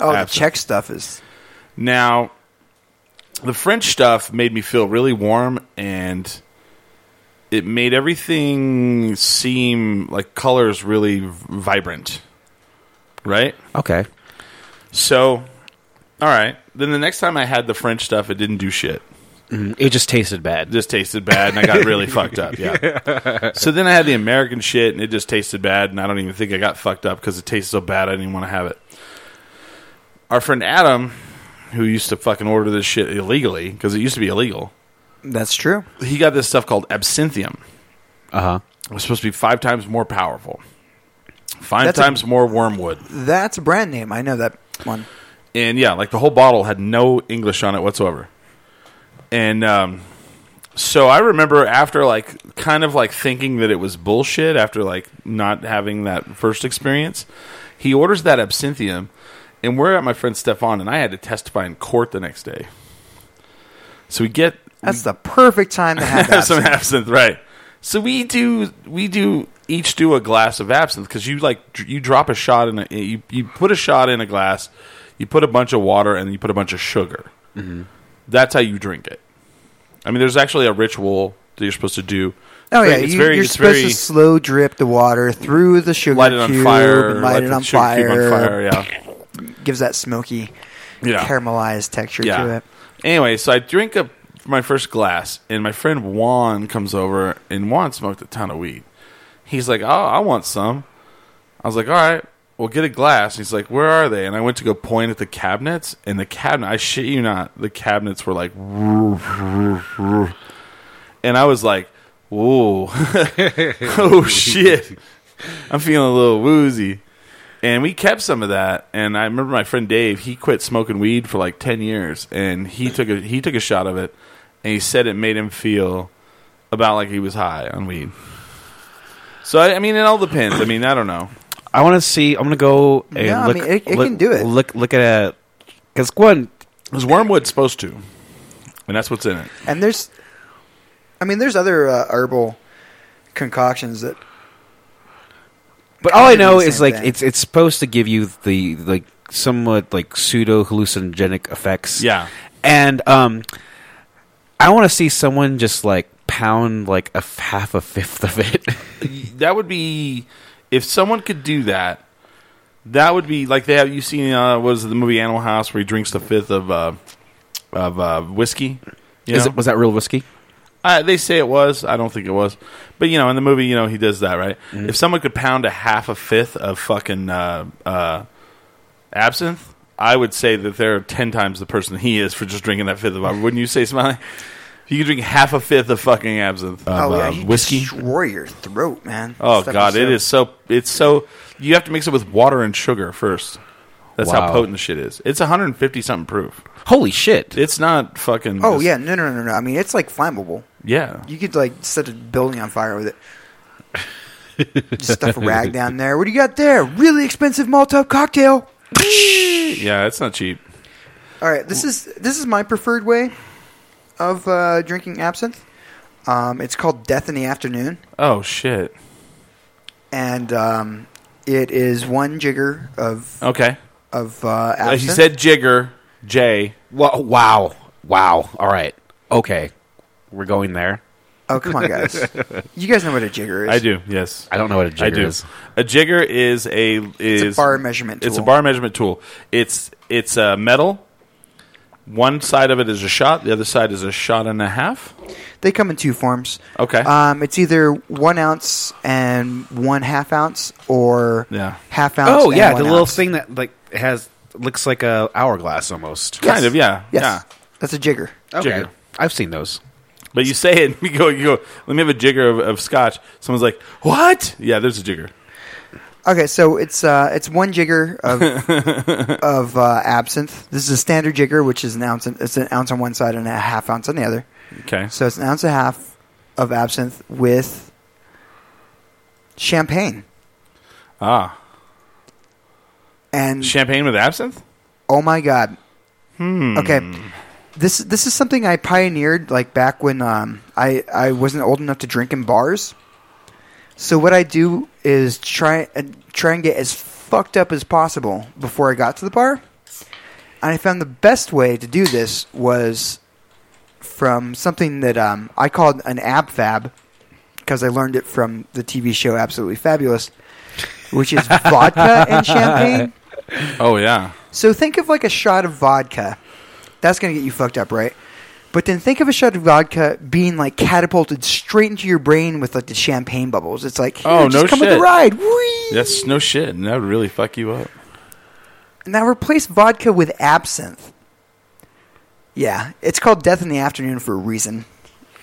C: Oh, the
B: absinthe.
C: Czech stuff is
B: Now, the French stuff made me feel really warm and it made everything seem like colors really v- vibrant. Right?
D: okay
B: So, all right. Then the next time I had the French stuff, it didn't do shit.
D: it just tasted
B: It
D: bad.
B: just tasted bad and I got really fucked up. Yeah.
C: [LAUGHS]
B: So then I had the American shit and it just tasted bad and I don't even think I got fucked up because it tasted so bad I didn't want to have it. Our friend Adam, who used to fucking order this shit illegally because it used to be illegal,
C: that's true.
B: he got this stuff called absinthium.
D: Uh
C: Uh-huh.
D: huh.
B: It was supposed to be five times more powerful, five
C: That's a-
B: times more wormwood.
C: That's a brand name. I know that one.
B: and yeah, like the whole bottle had no English on it whatsoever. And um, so I remember after like kind of like thinking that it was bullshit after like not having that first experience, he orders that absinthium, and we're at my friend Stefan, and I had to testify in court the next day. So we get
C: That's the perfect time
B: [LAUGHS]
C: to have
B: have
C: that.
B: some absinthe, right? So we do we do each do a glass of absinthe because you like dr- you drop a shot in a you you put a shot in a glass, you put a bunch of water and you put a bunch of sugar. That's how you drink it. I mean, there's actually a ritual that you're supposed to do.
C: Oh
B: Very-
C: yeah, you, you're supposed to slow drip the water through the sugar
B: light it on
C: cube,
B: fire,
C: and light it
B: the
C: on
B: sugar cube
C: fire,
B: yeah.
C: gives that smoky,
B: Yeah.
C: caramelized texture to it.
B: Anyway, so I drink up my first glass, and my friend Juan comes over, and Juan smoked a ton of weed. He's like, "Oh, I want some." I was like, "All right, well, get a glass." He's like, "Where are they?" And I went to go point at the cabinets, and the cabinet—I shit you not—the cabinets were like, and I was like, "Whoa, [LAUGHS] oh shit!" I'm feeling a little woozy. And we kept some of that. And I remember my friend Dave. He quit smoking weed for like ten years, and he took a he took a shot of it, and he said it made him feel about like he was high on weed. So I, I mean, it all depends. I mean, I don't know.
D: I want to see. I'm gonna go. And
C: No, I
D: look,
C: mean, it- it
D: look-
C: can do it.
D: Look look at it because one.
B: Is wormwood supposed to? And that's what's in it.
C: And there's, I mean, there's other uh, herbal concoctions that
D: But all
C: Kinda
D: I
C: do
D: know
C: the
D: is
C: same
D: like
C: thing.
D: it's it's supposed to give you the like somewhat like pseudo hallucinogenic effects.
B: Yeah.
D: and um, I want to see someone just like pound like a f- half a fifth of it. [LAUGHS]
B: That would be if someone could do that. That would be like they have you seen uh, what is it, the movie Animal House where he drinks the fifth of uh, of uh, whiskey. You
D: Is
B: know?
D: it, was that real whiskey?
B: Uh, they say it was. I don't think it was. But you know, in the movie, you know, he does that, right?
C: Mm-hmm.
B: If someone could pound a half a fifth of fucking uh, uh, absinthe, I would say that they're ten times the person he is for just drinking that fifth of. Wouldn't you say, Smiley? If you could drink half a fifth of fucking absinthe,
C: Oh,
B: of,
C: yeah,
B: uh,
C: you
B: whiskey.
C: destroy your throat, man.
B: Oh
C: Stuff
B: god, it
C: so-
B: is so. It's so. You have to mix it with water and sugar first. That's how
D: Wow.
B: potent the shit is. It's 150 something proof.
D: Holy shit!
B: It's not fucking.
C: Oh
B: just-
C: yeah, no, no, no, no. I mean, it's like flammable.
B: yeah.
C: You could like set a building on fire with it. Just stuff a
B: [LAUGHS]
C: rag down there. What do you got there? Really expensive Molotov cocktail.
B: Yeah, it's not cheap.
C: All right, this is this is my preferred way of uh, drinking absinthe. Um, it's called Death in the Afternoon,
B: Oh shit.
C: and um, it is one jigger of
B: Okay.
C: of uh,
B: Uh,
C: absinthe.
B: he said Jigger, Jay.
D: Wow, wow, wow. All right, okay, we're going there.
C: "Oh come on, guys,
B: [LAUGHS]
C: you guys know what a jigger is."
B: I do. Yes,
D: I don't know what a
B: I
D: jigger
B: do.
D: is.
B: A jigger is a is
C: It's a bar measurement. Tool.
B: It's a bar measurement tool. It's it's a metal. One side of it is a shot. The other side is a shot and a half.
C: They come in two forms.
B: Okay.
C: Um, it's either one ounce and one half ounce, or
B: Yeah.
C: half ounce.
D: Oh
C: and
D: yeah,
C: one
D: the little
C: ounce.
D: thing that like has looks like a hourglass almost.
B: Kind of. Yeah.
C: Yes,
B: Yeah.
C: that's a jigger.
D: Okay,
B: Jigger.
D: I've seen those.
B: But you say it, [LAUGHS] and you go, you go. Let me have a jigger of, of scotch. Someone's like, "What?" Yeah, there's a jigger.
C: Okay, so it's uh, it's one jigger of of uh, absinthe. This is a standard jigger, which is an ounce. And, it's an ounce on one side and a half ounce on the other.
B: Okay.
C: So it's an ounce and a half of absinthe with champagne.
B: Ah,
C: And
B: champagne with absinthe.
C: oh my god, okay, this this is something I pioneered like back when um, I I wasn't old enough to drink in bars. So what I do is try and try and get as fucked up as possible before I got to the bar. And I found the best way to do this was from something that um, I called an ab fab because I learned it from the TV show Absolutely Fabulous, which is vodka and champagne.
B: Oh yeah.
C: So think of like a shot of vodka. That's going to get you fucked up, right? But then think of a shot of vodka being like catapulted straight into your brain with like the champagne bubbles. It's like, Here,
B: Oh,
C: just
B: no
C: come with the
B: shit.
C: ride. Whee!
B: That's no shit, and that would really fuck you up.
C: Now replace vodka with absinthe. Yeah, it's called Death in the Afternoon for a reason.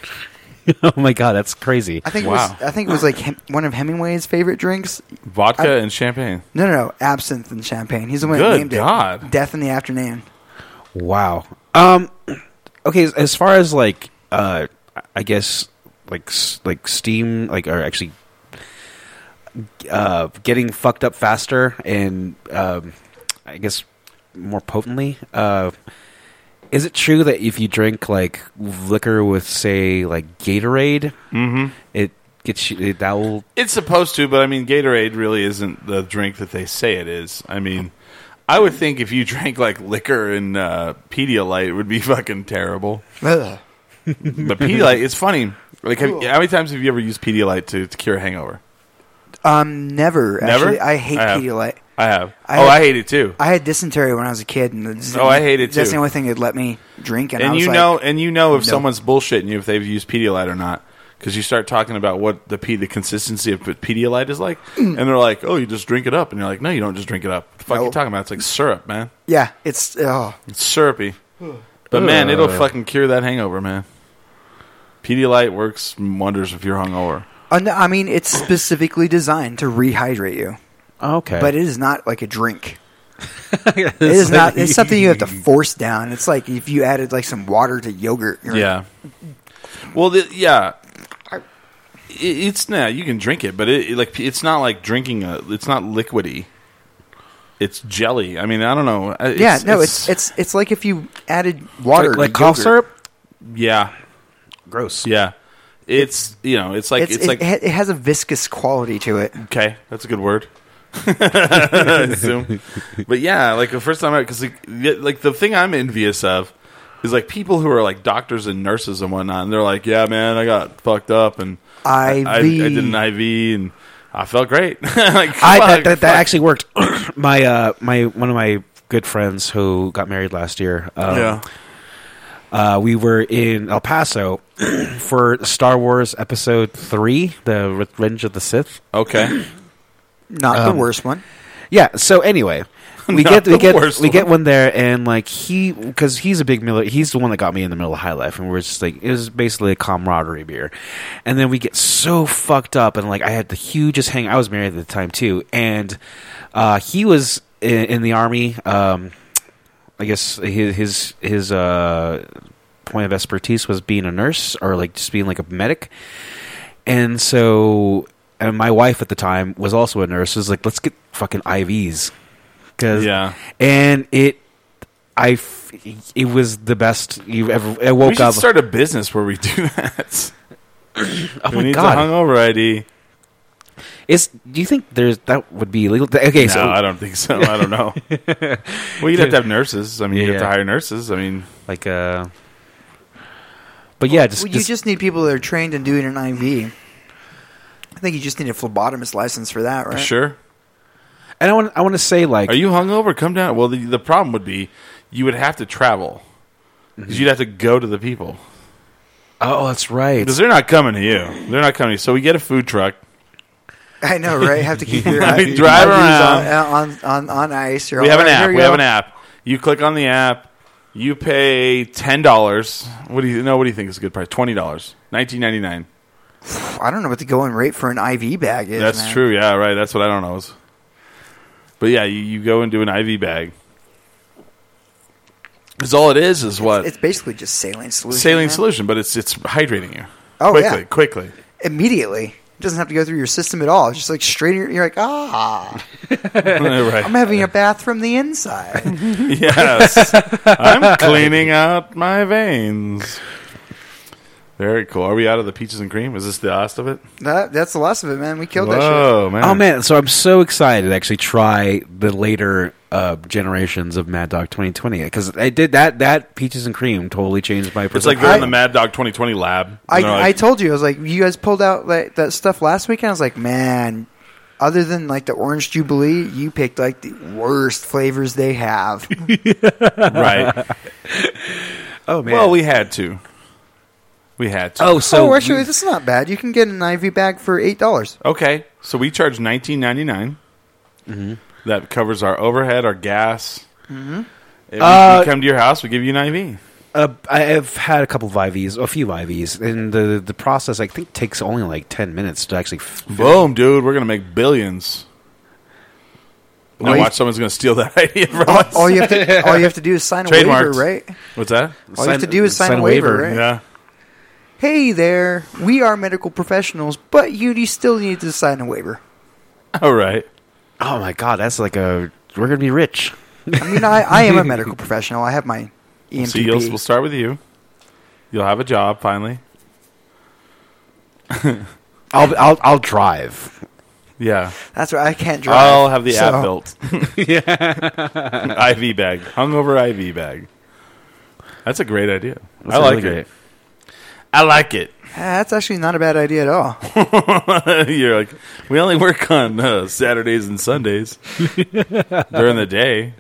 D: [LAUGHS] oh my god, that's crazy.
C: I think it
B: Wow.
C: was I think it was like hem- one of Hemingway's favorite drinks.
B: Vodka
C: I-
B: and champagne.
C: No, no, no, absinthe and champagne. He's the one that
B: Good
C: named
B: God.
C: it. Death in the Afternoon.
D: Wow. Um. Okay. As, as far as like, uh, I guess like s- like Steam like are actually uh getting fucked up faster and um, I guess more potently. Uh, is it true that if you drink like liquor with say like Gatorade, it gets you it- that will
B: It's supposed to, but I mean, Gatorade really isn't the drink that they say it is. I mean, I would think if you [LAUGHS] drank like liquor and uh, Pedialyte, it would be [LAUGHS] fucking terrible.
C: Ugh.
B: But Pedialyte, it's funny. Like, have, how many times have you ever used Pedialyte to, to cure a hangover?
C: Um, never.
B: Never.
C: Actually, I hate
B: have.
C: Pedialyte.
B: I have.
C: I
B: oh,
C: have-
B: I hate it too.
C: I had dysentery when I was a kid, and that's
B: Oh, I hate it,
C: That's
B: too.
C: the only thing that let me drink. And, I
B: and
C: was
B: you
C: like,
B: know, and you know if
C: No.
B: someone's bullshitting you if they've used Pedialyte or not, because you start talking about what the P, the consistency of Pedialyte is
C: [CLEARS THROAT]
B: like, and they're like, "Oh, you just drink it up," and you're like, "No, you don't just drink it up. What the fuck
C: No.
B: you talking about? It's like syrup, man.
C: yeah, it's oh,
B: It's syrupy, but man, it'll fucking cure that hangover, man. Pedialyte works wonders if you're hungover.
C: uh, no, I mean, it's specifically designed to rehydrate you,
D: okay. [LAUGHS]
C: but it is not like a drink. It is not. It's something you
B: [LAUGHS]
C: have to force down. It's like if you added like some water to yogurt. you're like,
B: Yeah. Well, the, yeah. I- It's nah, you can drink it, but it, it, like it's not like drinking a. It's not liquidy. It's jelly. I mean, I don't know. I- It's,
C: yeah. No, it's, it's it's like if you added water
D: like,
C: to
D: like cough
C: yogurt.
D: syrup.
B: yeah,
D: Gross.
B: yeah. It's you know, it's like
C: It's,
B: it's,
C: it,
B: like
C: ha- it has a viscous quality to it.
B: okay, that's a good
D: [LAUGHS]
B: word. Zoom. But yeah, like the first time I because like, the- like the thing I'm envious of is like people who are like doctors and nurses and whatnot, and they're like, yeah, man, I got fucked up and I, I
C: IV.
B: did an IV and I felt great. [LAUGHS] like,
D: I,
B: fuck,
D: that, that, that
B: fuck.
D: actually worked. [CLEARS THROAT] my uh, my one of my good friends who got married last year. Um,
B: yeah.
D: uh, we were in El Paso [CLEARS THROAT] for Star Wars Episode Three: The Revenge of the Sith.
B: Okay.
C: Not
B: Um,
C: the worst one.
D: Yeah. So anyway, we
B: Not
D: get we
B: the
D: get
B: worst
D: we get
B: one.
D: one there, and like he because he's a big Miller. He's the one that got me in the middle of high life, and we are just like it was basically a camaraderie beer. And then we get so fucked up, and like I had the hugest hang. I was married at the time too, and uh, he was in, in the army. Um, I guess his his his uh, point of expertise was being a nurse or like just being like a medic. And so, and my wife at the time was also a nurse. Was like, let's get fucking IVs, 'Cause-
B: Yeah.
D: And it, I, f- it was the best you ever. I
B: We
D: woke
B: should
D: up.
B: start a business where we do [LAUGHS] that.
D: oh
B: we
D: my
B: need
D: god!
B: the hungover ID.
D: Is do you think there's that would be illegal? Okay,
B: No,
D: so
B: I don't think so. I don't
D: [LAUGHS]
B: know. well, you'd have to have nurses. I mean, you'd have to
D: Yeah.
B: hire nurses. I mean,
D: like uh, but yeah, just,
C: Well, you
D: just,
C: just need people that are trained in doing an IV. I think you just need a phlebotomist license for that, right?
B: sure.
D: and I want I want to say like
B: Are you hungover? Come down. Well, the, the problem would be you would have to travel
C: Mm-hmm.
B: 'Cause you'd have to go to the people
D: oh that's right.
B: because they're not coming to you. They're not coming. to you. So we get a food truck.
C: I know, right? Have to keep
B: [LAUGHS]
C: your
B: I mean,
C: IVs
B: drive
C: on, on on on ice. You're
B: We
C: all
B: have an
C: right, here
B: app.
C: you
B: We have
C: go.
B: an app. You click on the app. You pay ten dollars. What do you know? What do you think is a good price? Twenty dollars. Nineteen ninety nine.
C: I don't know what the going rate for an IV bag is.
B: That's
C: man.
B: true. Yeah, right. That's what I don't know. Is. But yeah, you, you go and do an IV bag. Because all it is is what
C: It's basically just saline solution.
B: saline
C: man.
B: solution, but it's it's hydrating you.
C: Oh,
B: quickly,
C: yeah. [LAUGHS]
B: quickly. [LAUGHS]
C: Immediately. It doesn't have to go through your system at all. It's just like straight. in your- You're like, ah,
B: right.
C: I'm having a bath from
B: [LAUGHS]
C: the inside.
B: Yes.
D: [LAUGHS]
B: I'm cleaning out my veins. Very cool. Are we out of the peaches and cream? Is this the last of it?
C: that, that's the last of it, man. We killed that shit.
B: Whoa, man.
D: Oh man, so I'm so excited to actually try the later uh, generations of Mad Dog 2020 because I did that. That peaches and cream totally changed my.
B: It's like
D: perspective.
B: they're
C: I-
B: in the Mad Dog 2020 lab. And
C: I,
B: they're like,
C: I told you, I was like, you guys pulled out like, that stuff last week, and I was like, man, other than like the Orange Jubilee, you picked like the worst flavors they have. [LAUGHS]
B: right.
D: oh man.
B: Well, we had to. We had to.
D: oh so
C: oh, actually,
D: we-
C: this is not bad. You can get an IV bag for eight dollars.
B: Okay, so we charge nineteen
D: Mm-hmm.
B: That covers our overhead, our gas.
C: Mm-hmm.
B: If we-
D: Uh,
B: we come to your house, we give you an IV.
D: uh, I have had a couple of IVs, a few IVs, and the the process I think takes only like ten minutes to actually. f-
B: Boom, dude, we're gonna make billions. Now
C: Wait.
B: watch, someone's gonna steal that [LAUGHS] idea from us.
C: All you
B: [LAUGHS]
C: have to, all you have to do is sign a waiver,
B: Trademarked.
C: right?
B: What's that?
C: All you have to do is sign a waiver, right?
B: Yeah,
C: Hey there, we are medical professionals, but you, you still need to sign a waiver.
B: all right.
D: Oh my god, that's like a we're gonna be rich.
C: I mean, I, I am a medical professional. I have my E EMTP.
B: So you'll, we'll start with you. You'll have a job finally.
D: I'll I'll I'll drive.
B: Yeah,
C: That's right. I can't drive.
B: I'll have the app
C: so- [LAUGHS]
B: built. yeah, IV bag, hungover IV bag. That's a great idea. I like it. I like it.
C: Ah, That's actually not a bad idea at all.
B: [LAUGHS] You're like, we only work on uh, Saturdays and
D: [LAUGHS]
B: Sundays during the day.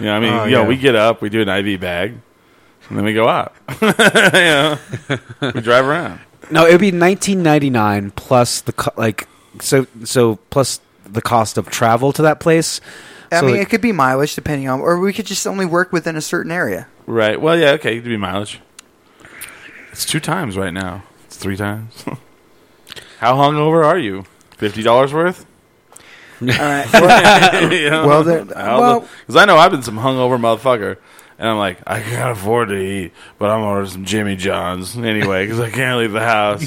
B: You know, I mean,
D: Oh,
B: you know,
D: yeah.
B: we get up, we do an IV bag, and then we go out. [LAUGHS] you know, we drive around.
D: No, it would be nineteen ninety nine plus the co- like so so plus the cost of travel to that place.
C: I
D: So,
C: mean,
D: like-
C: it could be mileage depending on, or we could just only work within a certain area.
B: Right. Well, yeah, okay, you could be mileage. It's two times right now. It's three times. [LAUGHS] How hungover are you? Fifty dollars worth?
C: All right. [LAUGHS] Well,
B: [LAUGHS]
C: Well, there- well-
B: because I know I've been some hungover motherfucker, and I'm like, I can't afford to eat, but I'm gonna order some Jimmy John's anyway because I can't leave the house.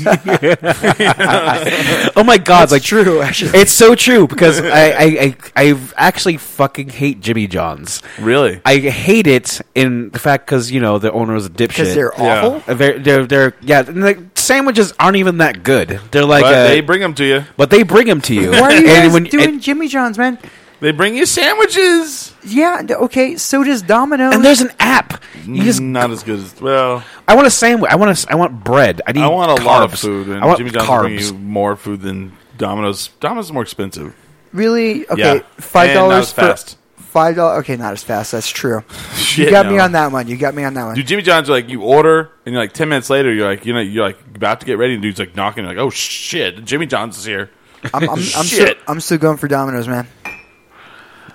D: oh my god, like
C: true, actually.
D: it's so true
C: [LAUGHS]
D: because I, I I I actually fucking hate Jimmy John's.
B: really?
D: I hate it in the fact because you know the owner was a dipshit.
C: Because they're
B: Yeah.
C: awful.
D: Uh, They're, they're, they're yeah. and, Like sandwiches aren't even that good. They're like,
B: but
D: uh,
B: they bring them to you.
D: but they bring them to you.
C: Why are you
D: And
C: guys
D: when-
C: doing
D: And,
C: Jimmy John's, man?
B: They bring you sandwiches.
C: Yeah, d- okay. So does Domino's.
D: and there's an app. You just,
B: Mm,
C: Mm.
B: Not as good as well.
D: I want a sandwich. I want a, s- I want bread. I need.
B: I want a lot of
D: carbs.
B: food, and
D: I want
B: Jimmy John's will bring
D: carbs.
B: you more food than Domino's. Domino's is more expensive.
C: Really? Okay,
B: Yeah.
C: five
B: And not
C: dollars
B: as
C: for
B: fast.
C: five dollars. Okay, not as fast. That's true.
B: [LAUGHS] Shit,
C: you got
B: no.
C: me on that one. You got me on that one.
B: Dude, Jimmy John's like you order and you're like ten minutes later you're like you know you're like about to get ready and dude's like knocking you're like oh shit Jimmy John's is here.
C: I'm, I'm, I'm, still,
B: Shit.
C: I'm still going for Domino's, man.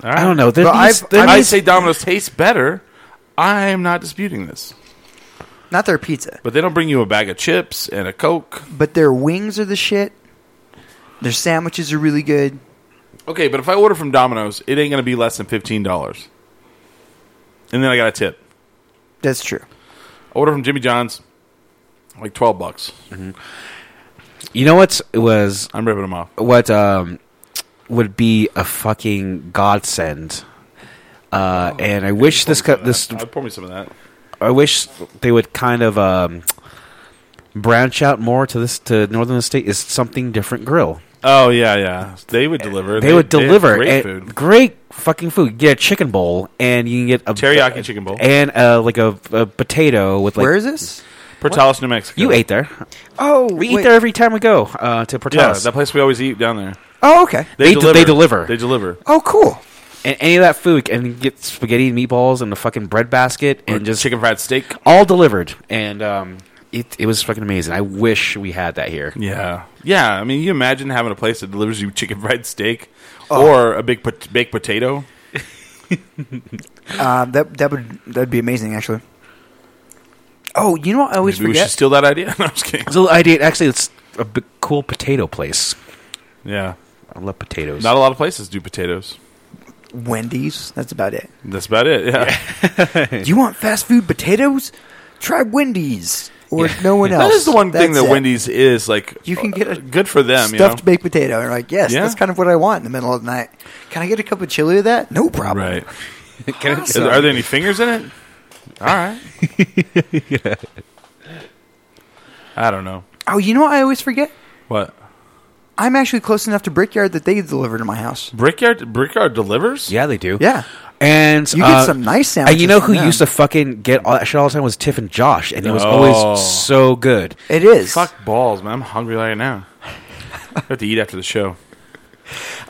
D: I don't know. There
C: But
D: needs-
C: I've-
D: there
B: I
D: needs-
B: say Domino's tastes better. I am not disputing this,
C: Not their pizza,
B: but they don't bring you a bag of chips and a coke.
C: but their wings are the shit. Their sandwiches are really good.
B: Okay, but if I order from Domino's, it ain't gonna be less than fifteen dollars, and then I got a tip.
C: That's true.
B: I order from Jimmy John's, like twelve bucks.
D: you know what's was
B: I'm ripping them off.
D: what um would be a fucking godsend.
B: Oh,
D: Uh, and I wish this co- this
B: I pour me some of that.
D: I wish they would kind of um, branch out more to this to Northern Estate is something different grill.
B: Oh yeah, yeah. They would deliver.
D: They, would
B: have
D: deliver
B: great
D: and-
B: food.
D: great fucking food. You get a chicken bowl and you can get a
B: Teriyaki chicken bowl.
D: and uh, like a, a potato with like
C: Where is this?
B: Portales, New Mexico.
D: you ate there.
C: Oh,
D: We eat
C: wait.
D: there every time we go uh, to
B: Yeah,
D: Portales.
B: that place we always eat down there.
C: Oh, okay.
D: They d- they deliver.
B: They deliver.
C: Oh, cool.
D: and any of that food and you get spaghetti and meatballs and a fucking bread basket and
B: Or
D: just
B: chicken fried steak.
D: all delivered and um, it it was fucking amazing. I wish we had that here.
B: Yeah, yeah. I mean, you imagine having a place that delivers you chicken fried steak
C: Oh.
B: or a big pot- baked potato.
C: Uh, that that would that'd be amazing, actually. Oh, you know what? I always
B: Maybe we should
C: forget.
B: steal that idea. [LAUGHS] No, I'm just kidding.
D: So the idea actually it's a b- cool potato place.
B: Yeah,
D: I love potatoes.
B: not a lot of places do potatoes.
C: Wendy's. That's about it.
B: That's about it. Yeah,
C: Do you want fast food potatoes? Try Wendy's or no one else.
B: [LAUGHS] that is the one thing
C: That's
B: that
C: it.
B: Wendy's is like.
C: You can get a
B: uh, good for them.
C: stuffed
B: you know?
C: baked potato. And you're like, yes,
B: Yeah.
C: that's kind of what I want in the middle of the night. Can I get a cup of chili with that? No problem. [LAUGHS]
B: right?
D: Can I-
B: Is- Are there any fingers in it? All
C: [LAUGHS]
B: right. I don't know
C: Oh, you know what? I always forget.
B: what
C: I'm actually close enough to Brickyard that they deliver to my house.
B: Brickyard Brickyard delivers.
D: yeah, they do.
C: Yeah.
D: and
C: You get
D: uh,
C: some nice
D: And
C: sandwiches.
D: you know
C: from
D: who
C: them.
D: used to fucking get all that shit all the time was Tiff and Josh, and it was
B: Oh.
D: always so good.
C: It is.
B: Fuck balls, man. I'm hungry right now. I have to eat after the show.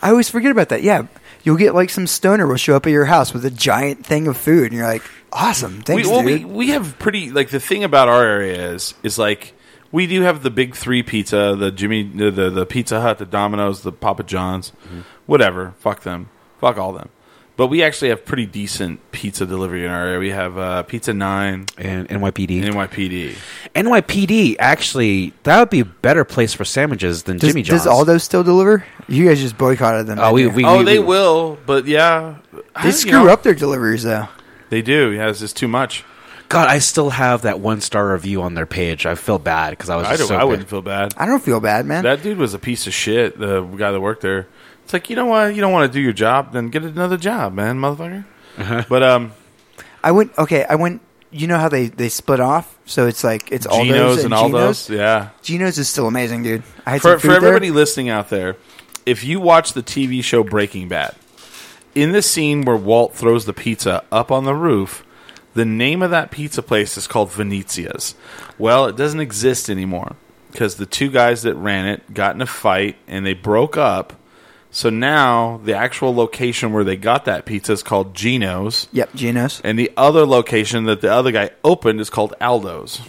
C: I always forget about that. Yeah. You'll get like some stoner will show up at your house with a giant thing of food, and you're like, awesome. Thanks,
B: we, well,
C: dude.
B: we we have pretty like the thing about our area is is like we do have the big three pizza, the Jimmy, the the, the Pizza Hut, the Domino's, the Papa John's,
C: Mm-hmm.
B: whatever. Fuck them, fuck all them. But we actually have pretty decent pizza delivery in our area. We have uh, Pizza Nine
D: And NYPD,
B: and NYPD.
D: NYPD actually that would be a better place for sandwiches than
C: does,
D: Jimmy John's.
C: does Aldo still deliver? You guys just boycotted them.
D: Oh, we,
C: didn't you?
D: we,
B: Oh,
D: we-
B: they
D: we-
B: will, but yeah, I-
C: They
B: you
C: screw
B: know,
C: up their deliveries, though.
B: They do. Yeah, it's just too much.
D: God, I still have that one star review on their page. I feel bad because I was.
B: I
D: Just
B: don't.
D: so
B: I
D: bad.
B: wouldn't feel bad.
C: I don't feel bad, man.
B: That dude was a piece of shit. The guy that worked there. It's like you know what? You don't want to do your job, then get another job, man, motherfucker. But um,
C: I went. Okay, I went. You know how they they split off, so it's like it's Aldo's
B: Geno's
C: and
B: and Aldo's,
C: Geno's.
B: yeah.
C: Geno's is still amazing, dude. I had
B: For
C: some food
B: for everybody
C: There.
B: listening out there, if you watch the TV show Breaking Bad, in the scene where Walt throws the pizza up on the roof, the name of that pizza place is called Venezia's. Well, it doesn't exist anymore because the two guys that ran it got in a fight and they broke up. So now the actual location where they got that pizza is called Geno's.
C: Yep, Geno's.
B: And the other location that the other guy opened is called Aldo's.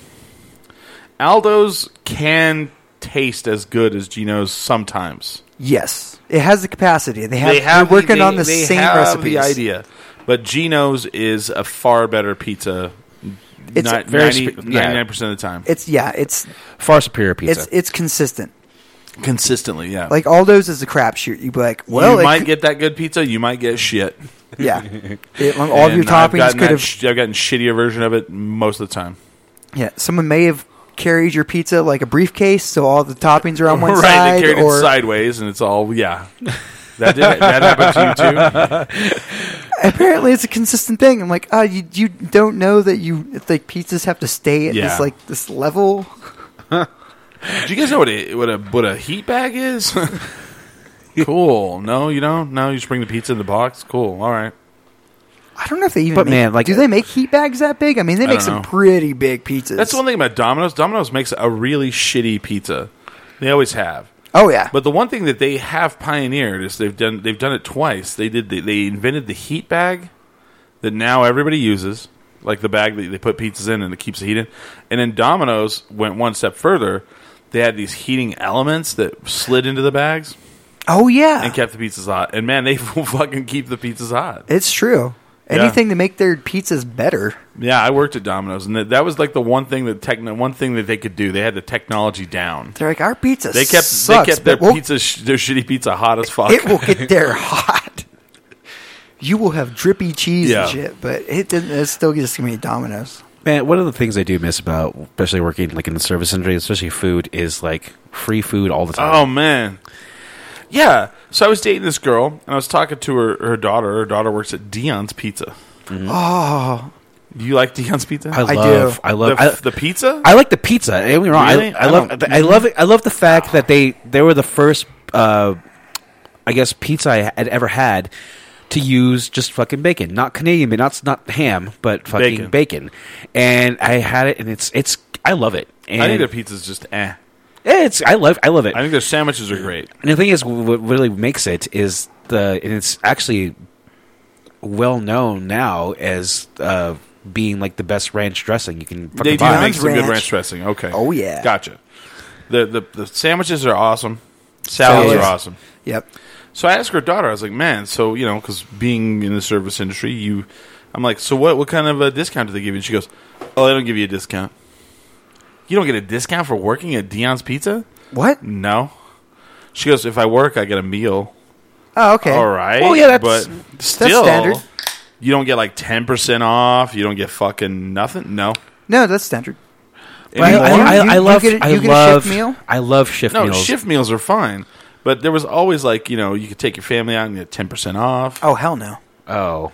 B: Aldo's can taste as good as Gino's sometimes.
C: Yes, it has the capacity. They have.
B: they have
C: are working
B: they-
C: on the
B: they
C: same
B: have
C: recipes.
B: The idea, but Gino's is a far better pizza.
C: It's
B: It's
D: very
B: ninety
D: sp- yeah.
B: nine percent of the time,
C: It's yeah. It's
D: Far superior pizza.
C: it's it's consistent.
B: consistently. Yeah,
C: Like Aldo's is a crapshoot. You'd be like, well,
B: you
C: it
B: might
C: could-
B: get that good pizza. You might get shit. [LAUGHS]
C: yeah. It- all of your
B: And I've
C: toppings
B: gotten
C: could
B: that
C: have.
B: sh- I've gotten shittier version of it most of the time.
C: yeah, someone may have carried your pizza like a briefcase, so all the toppings are on
B: [LAUGHS]
C: one
B: right,
C: side.
B: they carried
C: or
B: it sideways, and it's all yeah. That did, that happened
C: [LAUGHS]
B: to you too.
C: apparently it's a consistent thing. I'm like, ah, you you don't know that you it's like pizzas have to stay at
B: Yeah.
C: this like this level.
B: Do you guys know what a what a what a heat bag is? cool. No, you don't. No, you just bring the pizza in the box. Cool. All right.
C: I don't know if they even.
D: But,
C: make-
D: man, like-
C: do they make heat bags that big? I mean, they make
B: don't
C: some
B: know.
C: pretty big pizzas.
B: That's the one thing about Domino's. Domino's makes a really shitty pizza. They always have.
C: Oh yeah.
B: But the one thing that they have pioneered is they've done they've done it twice. They did the, they invented the heat bag that now everybody uses, like the bag that they put pizzas in and it keeps the heat in. And then Domino's went one step further. They had these heating elements that slid into the bags
C: oh yeah.
B: and kept the pizzas hot. And man, they [LAUGHS] fucking keep the pizzas hot.
C: It's true.
B: Yeah.
C: Anything to make their pizzas better.
B: Yeah, I worked at Domino's, and that, that was like the one thing that techno one thing that they could do. They had the technology down.
C: They're like our pizza.
B: They kept
C: sucks,
B: they kept their
C: but we'll-
B: pizza sh- their shitty pizza hot as fuck. [LAUGHS]
C: [LAUGHS] It will get there hot. You will have drippy cheese
B: Yeah.
C: and shit, but it didn't. It still gets me Domino's.
D: Man, one of the things I do miss about, especially working like in the service industry, especially food, is like free food all the
B: Oh
D: time.
B: man. Yeah. So I was dating this girl and I was talking to her, her daughter. Her daughter works at Dion's Pizza.
C: Oh,
B: Do you like Dion's Pizza?
D: I
C: I
D: love,
C: do.
D: I, love,
B: Oh, the,
D: I,
B: the pizza?
D: I like the pizza. Don't get me wrong.
B: Really?
D: I, I
B: I
D: love,
B: don't-
D: I love it. I love the fact that they they were the first, uh, I guess, pizza I had ever had to use just fucking bacon, not Canadian, but not not ham, but
B: Bacon.
D: fucking bacon. And I had it, and it's it's I love it. And
B: I think their pizza's just eh.
D: it's I love I love it.
B: I think their sandwiches are great.
D: And the thing is, what really makes it is the, and it's actually well known now as uh, being like the best ranch dressing you can
B: They do
D: fucking buy.
B: make
C: Dion's
B: some good
C: ranch.
B: ranch dressing. Okay.
C: Oh, yeah.
B: Gotcha. The the, the sandwiches are awesome. Salads are
C: Salads.
B: awesome.
C: yep.
B: So I asked her daughter. I was like, "Man, so you know, because being in the service industry, you, I'm like, so what? What kind of a discount do they give you?" And she goes, "Oh, they don't give you a discount. You don't get a discount for working at Dion's Pizza?
C: What?
B: No." She goes, "If I work, I get a meal.
C: Oh, okay.
B: All right.
D: Well, yeah, that's-
B: but still,
C: standard.
B: you don't get like ten percent off. You don't get fucking nothing. No,
C: No, that's standard.
D: I,
B: Anymore?
D: I,
C: You-
D: I, I
C: you
D: love,
C: get a-
D: I
C: you get a
D: love,
C: shift meal?
D: I love shift
B: no,
D: meals.
B: shift meals are fine." But there was always like you know you could take your family out and get ten percent off.
C: Oh hell no.
D: Oh,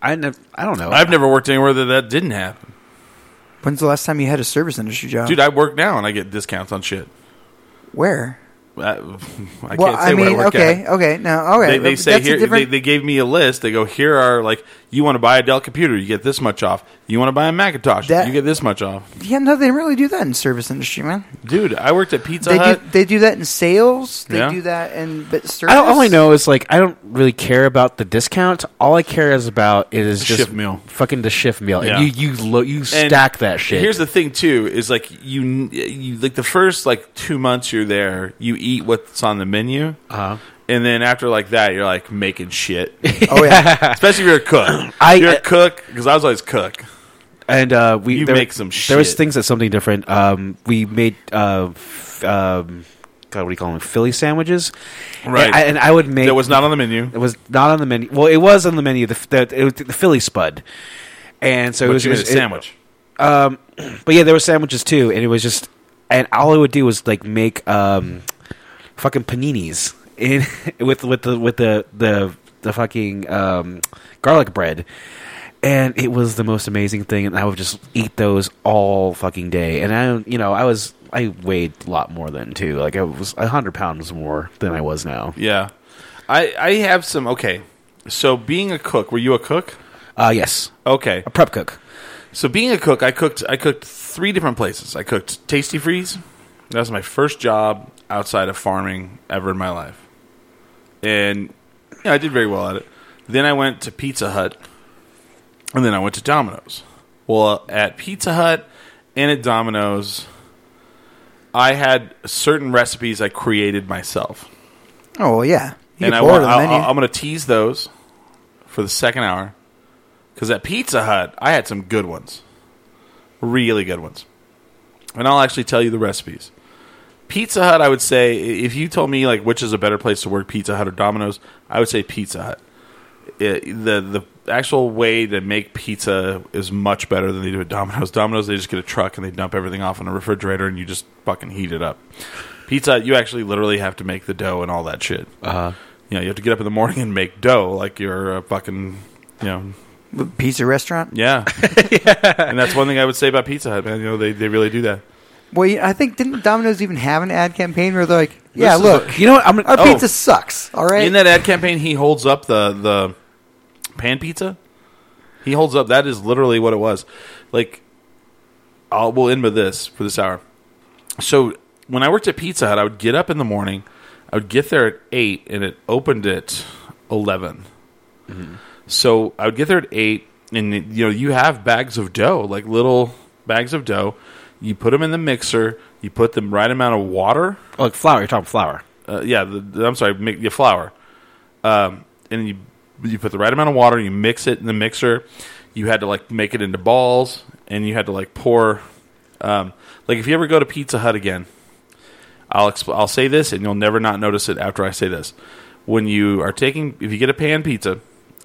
D: I nev- I don't know.
B: I've never worked anywhere that that didn't happen.
C: When's the last time you had a service industry job?
B: Dude, I work now and I get discounts on shit.
C: Where?
B: I, [LAUGHS] I
C: Well,
B: can't say
C: I mean,
B: what I work
C: okay,
B: at.
C: okay, no, okay.
B: They, they say
C: that's a
B: here
C: different-
B: they, they gave me a list. They go here are like you want to buy a Dell computer, you get this much off. You want to buy a Macintosh,
C: That-
B: you get this much off.
C: yeah, no, they really do that in service industry, man.
B: Dude, I worked at Pizza
C: They do,
B: Hut.
C: they do that in sales. They
B: Yeah.
C: do that in but service.
D: I don't, all I know is like I don't really care about the discount. All I care is about is
B: The
D: just
B: shift meal.
D: fucking the shift meal.
B: Yeah.
D: And you you lo- you
B: And
D: stack that shit.
B: Here's the thing too is like you you like the first like 2 months you're there, you eat what's on the menu.
D: Uh-huh.
B: And then after like that, you're like making [LAUGHS] shit.
C: Oh yeah,
B: Especially if you're a [CLEARS THROAT] cook.
D: I-
B: you're a cook because I was always cook.
D: and uh, we
B: You
D: there,
B: make some
D: There was
B: shit.
D: things that's something different. Um, we made uh, f- um, God, what do you call them? Philly sandwiches,
B: Right.
D: And I, and I would make
B: That was not on the menu.
D: it was not on the menu. Well, it was on the menu. The f- the, it was the Philly spud, and so
B: But
D: it was
B: you made a
D: just- it-
B: sandwich.
D: um, but yeah, there were sandwiches too, and it was just, and all I would do was like make um, fucking paninis in [LAUGHS] with with the with the the the fucking um, garlic bread, and it was the most amazing thing, and I would just eat those all fucking day, and I you know I was I weighed a lot more then too, like I was hundred pounds more than I was now.
B: Yeah, I I have some. Okay, so being a cook, were you a cook?
D: Uh, yes,
B: Okay,
D: a prep cook.
B: so being a cook, I cooked. I cooked three different places. I cooked Tasty Freeze. That was my first job outside of farming ever in my life, and yeah, I did very well at it. Then I went to Pizza Hut, and then I went to Domino's. Well, at Pizza Hut and at Domino's, I had certain recipes I created myself.
C: [LAUGHS] oh yeah. You
B: and
C: get
B: I
C: bored
B: want,
C: of the menu.
B: I, am going to tease those for the second hour because at Pizza Hut I had some good ones, really good ones, and I'll actually tell you the recipes. Pizza Hut, I would say, i- if you told me like which is a better place to work, Pizza Hut or Domino's, I would say Pizza Hut. It- the the actual way to make pizza is much better than they do at Domino's. Domino's, they just get a truck and they dump everything off in a refrigerator and you just fucking heat it up. Pizza, Hut, you actually literally have to make the dough and all that shit
D: Uh,
B: you know, you have to get up in the morning and make dough like you're a fucking, you know,
C: Pizza restaurant.
B: yeah. And that's one thing I would say about Pizza Hut, man. You know, they, they really do that.
C: Well, you- I think didn't Domino's even have an ad campaign where they're like,
B: This
C: "Yeah,
B: is
C: look,
D: you know what? I'm gonna,
C: our
D: oh,
C: pizza sucks." All right.
B: In that ad campaign, he holds up the the pan pizza. He holds up. That is literally what it was. Like, I'll, we'll end with this for this hour. So when I worked at Pizza Hut, I would get up in the morning, I would get there at eight, and it opened at 11 So I would get there at eight, and you know you have bags of dough, like little bags of dough. You put them in the mixer. You put the right amount of water.
D: Oh, like flour. You're talking flour.
B: Uh, yeah, the, the- I'm sorry, mi- your flour. Um, and you you put the right amount of water. You mix it in the mixer. You had to like make it into balls, and you had to like pour. Um, like if you ever go to Pizza Hut again, I'll expl- I'll say this, and you'll never not notice it after I say this. When you are taking, if you get a pan pizza,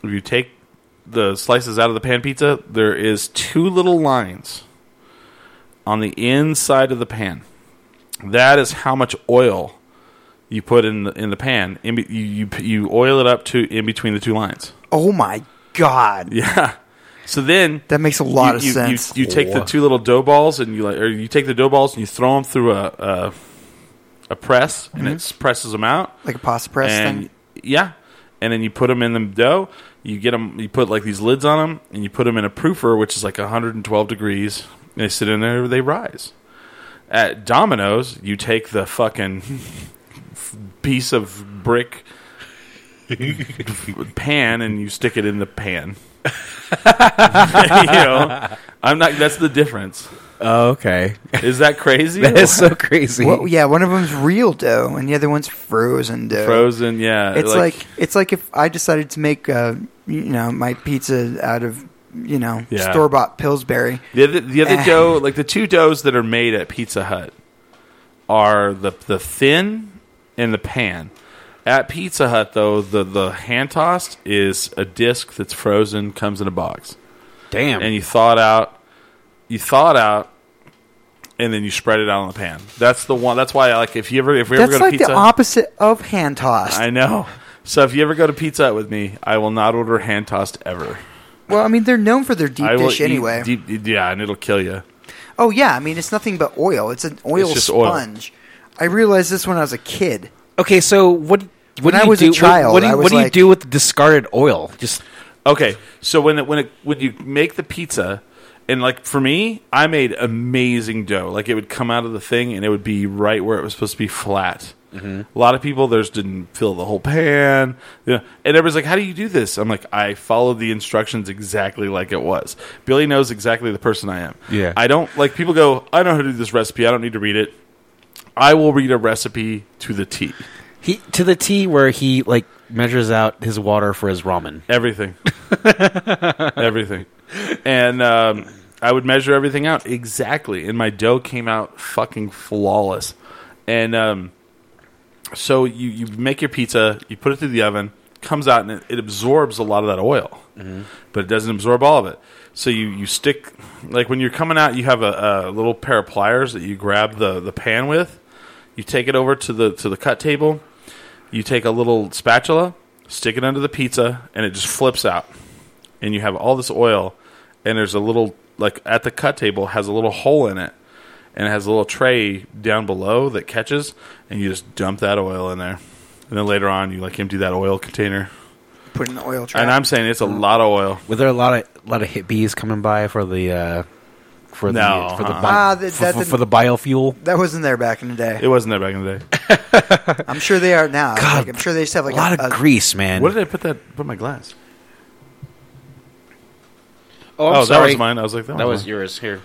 B: if you take the slices out of the pan pizza, there is two little lines on the inside of the pan. That is how much oil you put in the, in the pan. In be, you, you you oil it up to in between the two lines. [LAUGHS]
C: Oh my god,
B: Yeah. So then
C: that makes a lot
B: you,
C: of
B: you-
C: sense.
B: You, you take the
D: Whoa.
B: two little dough balls and you like, or you take the dough balls and you throw them through a a, a press and
C: Mm-hmm.
B: it presses them out.
C: like a pasta press
B: and
C: thing.
B: yeah, and then you put them in the dough. You get them. You put like these lids on them, and you put them in a proofer, which is like 112 degrees. And they sit in there. They rise. At Domino's, you take the fucking [LAUGHS] piece of
D: [LAUGHS]
B: brick pan and you stick it in the pan. [LAUGHS] you know, I'm not. That's the difference.
D: Oh, [LAUGHS] okay.
B: Is that crazy?
D: that is so crazy.
C: [LAUGHS] Well, yeah, one of them's real dough, and the other one's frozen dough.
B: Frozen. Yeah.
C: It's like, it's like if I decided to make uh, you know my pizza out of you know
B: Yeah.
C: store bought Pillsbury.
B: The other, the other
C: [LAUGHS] Eh.
B: dough, like the two doughs that are made at Pizza Hut, are the the thin and the pan. At Pizza Hut, though, the the hand tossed is a disc that's frozen, comes in a box,
D: damn.
B: and you thaw it out. You thaw it out, and then you spread it out on the pan. That's the one. That's why, like, if you ever if we ever
C: That's
B: go to
C: like
B: Pizza,
C: the
B: Hut-
C: opposite of hand tossed.
B: I know. So if you ever go to Pizza Hut with me, I will not order hand tossed ever.
C: well, I mean they're known for their deep
B: I will
C: dish
B: eat
C: anyway.
B: deep- yeah, and it'll kill you.
C: Oh yeah, I mean it's nothing but oil. It's an oil
B: It's just oil.
C: sponge. I realized this when I was a kid.
D: okay, so what? What
C: When
D: do
C: I
D: you
C: was a
D: do?
C: child,
D: what, what do
C: I
D: you,
C: was
D: what do you
C: like-
D: do with the discarded oil? Just
B: Okay, so when it, when it, when you make the pizza, and like for me, I made amazing dough. Like it would come out of the thing, and it would be right where it was supposed to be flat. A lot of people there's didn't fill the whole pan, you know, and everybody's like, "How do you do this?" I'm like, "I followed the instructions exactly like it was." Billy knows exactly the person I am.
D: Yeah.
B: I don't like people go, "I know how to do this recipe. I don't need to read it." I will read a recipe to the T.
D: he to the T where he like measures out his water for his ramen.
B: Everything. everything. And um, I would measure everything out exactly. And my dough came out fucking flawless. And um, so you, you make your pizza, you put it through the oven, comes out, and it, it absorbs a lot of that oil. But it doesn't absorb all of it. So you, you stick, like when you're coming out, you have a, a little pair of pliers that you grab the, the pan with. You take it over to the to the cut table. You take a little spatula, stick it under the pizza, and it just flips out. And you have all this oil, and there's a little like at the cut table has a little hole in it, and it has a little tray down below that catches, and you just dump that oil in there. And then later on, you like empty that oil container.
C: Put in the oil trap.
B: And I'm saying it's a lot of oil.
D: Were there a lot of lot of hippies coming by for the uh, for
B: No,
D: the for the
B: uh-uh.
D: bi-
C: Ah, that-
D: for,
C: that
D: for,
C: didn't-
D: for the biofuel?
C: that wasn't there back in the day.
B: It wasn't there back in the day.
C: I'm sure they are now.
D: God,
C: Like, I'm sure they just have like
D: a lot of grease, man.
B: Where did I put that? Put my glass?
D: oh,
B: oh, that was mine. Uh-huh. I was like, that, was mine.
D: yours. Here.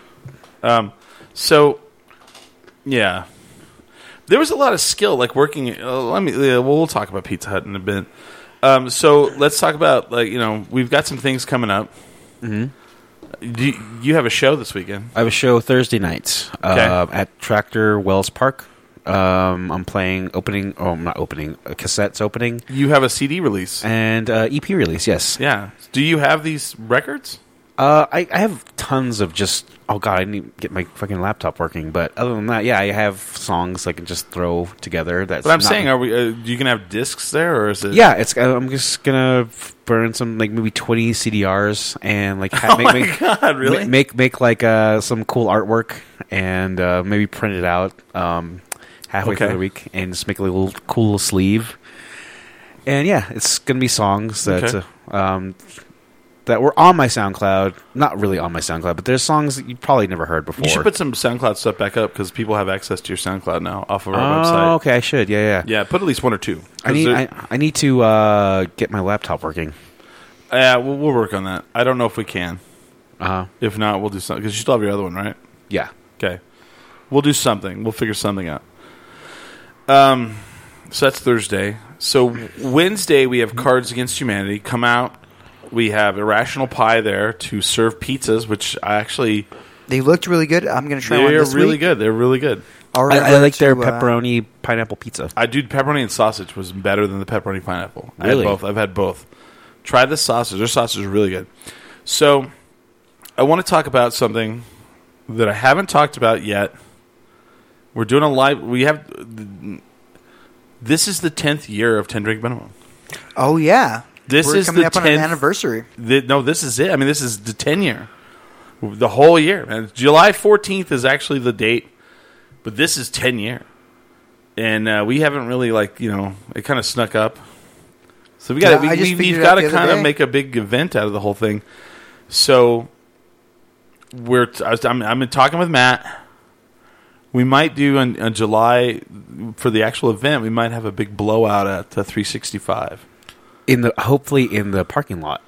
B: So, yeah, there was a lot of skill, like working. Uh, let me. Uh, we'll, we'll talk about Pizza Hut in a bit. Um, so let's talk about like you know we've got some things coming up. Mm-hmm. Do you, you have a show this weekend?
D: I have a show Thursday nights uh, at Tractor Wells Park. Um, I'm playing opening. Oh, I'm not opening. Uh, cassettes opening
B: You have a CD release?
D: and uh, EP release. Yes.
B: Yeah. Do you have these records?
D: Uh, I, I have tons of just. Oh god, I didn't even get my fucking laptop working. But other than that, yeah, I have songs I can just throw together. That's.
B: But I'm
D: not-
B: saying, are we? Uh, you gonna have discs there, or is it?
D: Yeah, it's. uh, I'm just gonna burn some like maybe twenty CDRs and
B: [LAUGHS]
D: like ha- make,
B: Oh my
D: make,
B: God, really?
D: ma- make make like uh, some cool artwork and uh, maybe print it out um, halfway
B: Okay.
D: through the week and just make a little cool sleeve. And yeah, it's gonna be songs that
B: Okay.
D: uh, um, that were on my SoundCloud. Not really on my SoundCloud, but there's songs that you probably never heard before.
B: You should put some SoundCloud stuff back up because people have access to your SoundCloud now off of
D: oh,
B: our website.
D: okay, I should. Yeah, yeah.
B: Yeah, put at least one or two. 'Cause
D: I need
B: there-
D: I, I need to uh, get my laptop working.
B: yeah, we'll, we'll work on that. I don't know if we can.
D: Uh huh.
B: If not, we'll do something because you still have your other one, right?
D: Yeah.
B: Okay, we'll do something. We'll figure something out. Um, so that's Thursday. So Wednesday we have Cards Against Humanity come out. We have Irrational Pie there to serve pizzas, which I actually
C: They looked really good. I'm gonna try one
B: they're
C: this
B: really
C: week.
B: good. They're really good.
C: All
D: I,
C: right,
D: I like their
C: to, uh,
D: pepperoni pineapple pizza.
B: [LAUGHS] I do pepperoni and sausage was better than the pepperoni pineapple. I
D: Really?
B: had both. I've had both. Try this sausage. Their sausage is really good. So I want to talk about something that I haven't talked about yet. We're doing a live. We have. This is the tenth year of ten drink minimum.
C: Oh yeah,
B: This
C: We're
B: is
C: coming
B: the
C: up on an
B: 10th
C: anniversary.
B: Th no, this is it. I mean, this is the ten year, the whole year. And July fourteenth is actually the date, but this is ten year, and uh, we haven't really like you know it kind of snuck up. So we got
C: Yeah,
B: to
C: I just
B: we, we, have
C: figured it out
B: got to
C: the other
B: kind of
C: day.
B: make a big event out of the whole thing. So we're t- I was, I'm I'm talking with Matt. We might do in, in July for the actual event. We might have a big blowout at uh, the 365.
D: in the hopefully in the parking lot.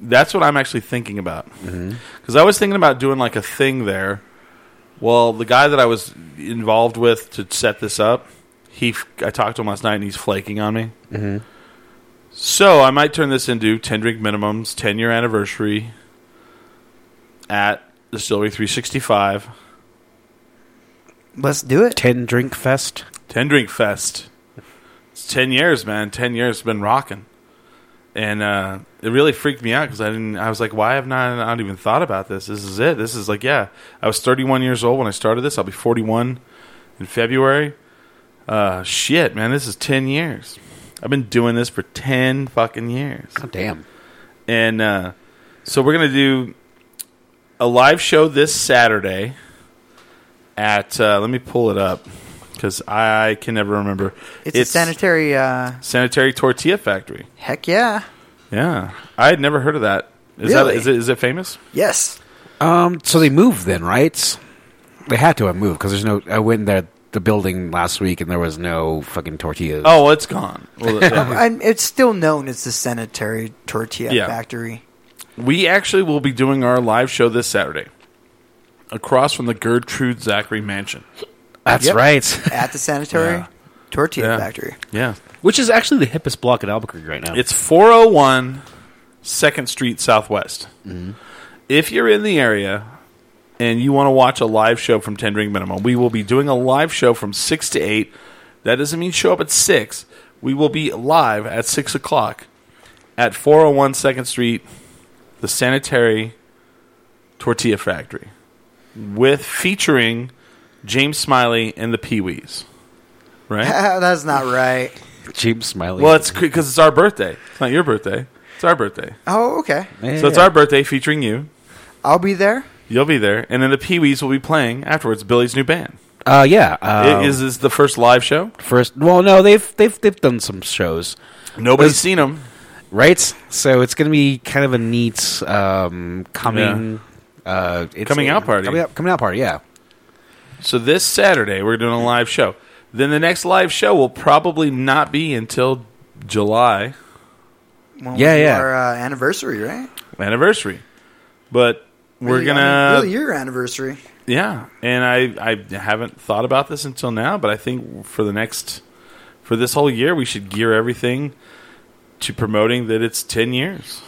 B: That's what I'm actually thinking about. Because I was thinking about doing like a thing there. Well, the guy that I was involved with to set this up, he f- I talked to him last night and he's flaking on me. Mm-hmm. So I might turn this into ten drink minimums, ten year anniversary at Distillery 365,
C: Let's do it.
D: Ten drink fest.
B: ten drink fest. It's ten years, man. Ten years been rocking, and uh, it really freaked me out because I didn't. I was like, why have not I not even thought about this? This is it. This is like, yeah. I was 31 years old when I started this. I'll be 41 in February. Uh, shit, man. This is 10 years. I've been doing this for 10 fucking years.
D: Oh, damn.
B: And uh, so we're going to do a live show this Saturday at, uh, let me pull it up because I can never remember.
C: It's, a sanitary. Uh,
B: Sanitary Tortilla Factory.
C: heck yeah.
B: Yeah. I had never heard of that. Is that
C: Really?
B: is it, is it famous?
C: Yes.
D: Um. So they moved then, right? They had to have moved because there's no. I went in there the building last week and there was no fucking tortillas.
B: Oh, well, it's gone.
C: [LAUGHS]
B: Well, uh, yeah.
C: And it's still known as the sanitary tortilla
B: Yeah.
C: factory.
B: We actually will be doing our live show this Saturday across from the Gertrude Zachary Mansion.
D: that's
C: Yep.
D: right.
C: at the
B: [LAUGHS]
C: sanitary
B: Yeah.
C: tortilla
B: Yeah.
C: factory. [LAUGHS]
B: Yeah.
D: [LAUGHS] Which is actually the hippest block in Albuquerque right now.
B: It's 401 2nd Street Southwest. If you're in the area and you want to watch a live show from 10 Drink Minimum, we will be doing a live show from 6 to 8. That doesn't mean show up at 6. We will be live at 6 o'clock at 401 2nd Street, the Sanitary Tortilla Factory, with featuring James Smiley and the Pee Wees. Right?
C: That's not right.
D: James Smiley.
B: Well, it's because it's our birthday. It's not your birthday. It's our birthday.
C: Oh, okay.
B: So it's our birthday featuring you.
C: I'll be there.
B: You'll be there, and then the Pee Wees will be playing afterwards. Billy's new band.
D: Uh, yeah. Uh,
B: I- is this the first live show?
D: first. Well, no, they've they've they've done some shows,
B: Nobody's
D: It's-
B: seen them.
D: right? So it's gonna be kind of a neat um coming. Uh, it's
B: Coming
D: a-
B: out party.
D: Coming out, coming out party. Yeah.
B: So this Saturday we're doing a live show. Then the next live show will probably not be until July
C: When
D: Yeah,
C: we do
D: yeah.
C: Our uh, anniversary, right?
B: anniversary, but we're
C: Really, I mean,
B: gonna
C: really your anniversary.
B: Yeah, and I I haven't thought about this until now, but I think for the next for this whole year we should gear everything to promoting that it's 10 years.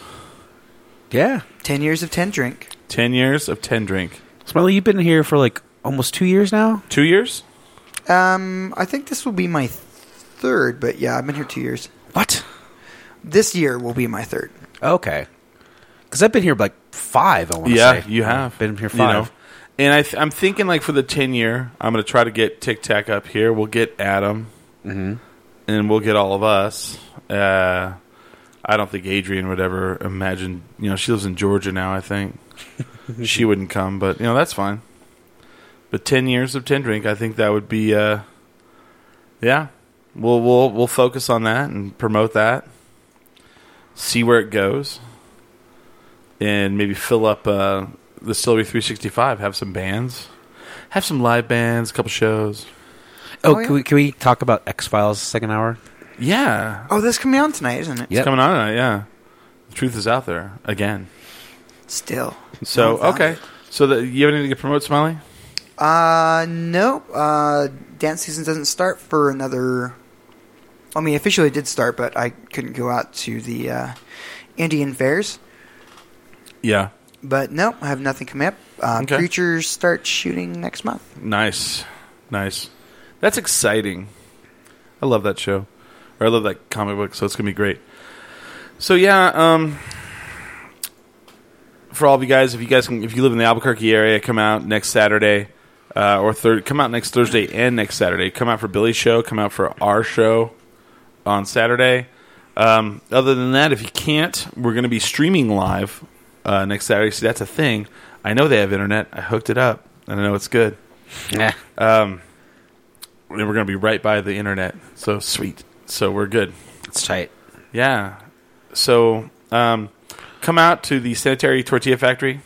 D: Yeah.
C: Ten years of ten drink.
B: 10 years of 10 drink.
D: Smiley, you've been here for like almost two years now.
B: 2 years?
C: Um, I think this will be my third, but yeah, I've been here two years.
D: What?
C: This year will be my third.
D: Okay. Because I've been here like five. I want to
B: Yeah,
D: say
B: you have.
D: been here
B: You
D: five.
B: know. And I th- I'm thinking like for the 10 year, I'm going to try to get Tic Tac up here. We'll get Adam.
D: Mm-hmm.
B: And we'll get all of us. Uh I don't think Adrian would ever imagine, you know, she lives in Georgia now, I
D: [LAUGHS]
B: think. she wouldn't come, but you know, that's fine. But 10 years of 10 drink, I think that would be uh yeah. We'll we'll we'll focus on that and promote that. See where it goes. and maybe fill up uh, the Celery 365. Have some bands, have some live bands, a couple shows.
D: Oh,
C: Oh, yeah.
D: can, we, can we talk about X Files second hour?
B: Yeah,
C: Oh, that's coming out tonight, isn't
D: Yep.
C: it?
B: it's coming on tonight. Yeah, the truth is out there again.
C: Still.
B: So
C: No, it's not.
B: okay, so the, you have anything to promote, Smiley?
C: Uh, no. Uh, dance season doesn't start for another. I mean, officially it did start, but I couldn't go out to the uh, Indian fairs.
B: Yeah,
C: But no, I have nothing coming up. Uh,
B: Okay.
C: Creatures start shooting next month.
B: nice, nice. That's exciting. I love that show, or I love that comic book. So it's gonna be great. So yeah, um, for all of you guys, if you guys can, if you live in the Albuquerque area, come out next Saturday uh, or third. Come out next Thursday and next Saturday. Come out for Billy's show. Come out for our show on Saturday. Um, other than that, if you can't, we're going to be streaming live uh, next Saturday. See, that's a thing. I know they have internet. I hooked it up, and I know it's good.
D: Yeah.
B: And we're going to be right by the internet. So sweet. So we're good.
D: It's tight.
B: Yeah. So um, come out to the Sanitary Tortilla Factory.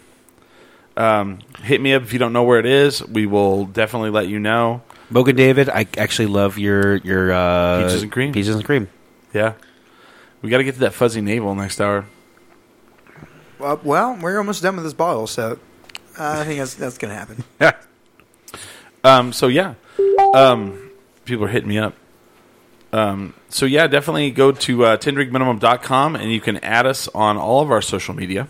B: Um, hit me up if you don't know where it is. We will definitely let you know.
D: Mogan David, I actually love your your uh,
B: Peaches and cream.
D: Peaches and cream.
B: Yeah. We got to get to that fuzzy navel next hour.
C: Uh, well, we're almost done with this bottle, so uh, I think that's that's gonna happen.
B: Um, so yeah, um, people are hitting me up. Um, so yeah, definitely go to uh, tendrinkminimum.com and you can add us on all of our social media.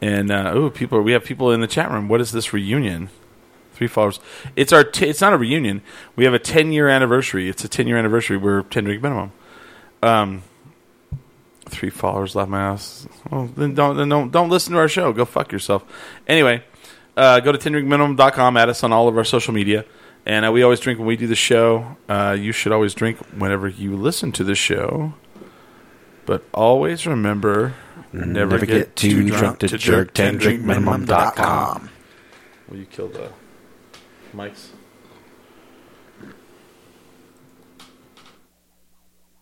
B: And uh, oh, people, we have people in the chat room. What is this reunion? Three followers. It's our. T- it's not a reunion. We have a ten year anniversary. It's a ten year anniversary. We're ten drink minimum. Um, three followers left my house. Well, then don't then don't don't listen to our show. Go fuck yourself. Anyway, uh, go to tendrinkminimum.com. Add us on all of our social media. And uh, we always drink when we do the show. Uh, you should always drink whenever you listen to the show. But always remember, never,
D: Never
B: get, too drunk, to jerk. 10drinkminimum.com.
D: drinkminimum.com.
B: Will you kill the mics?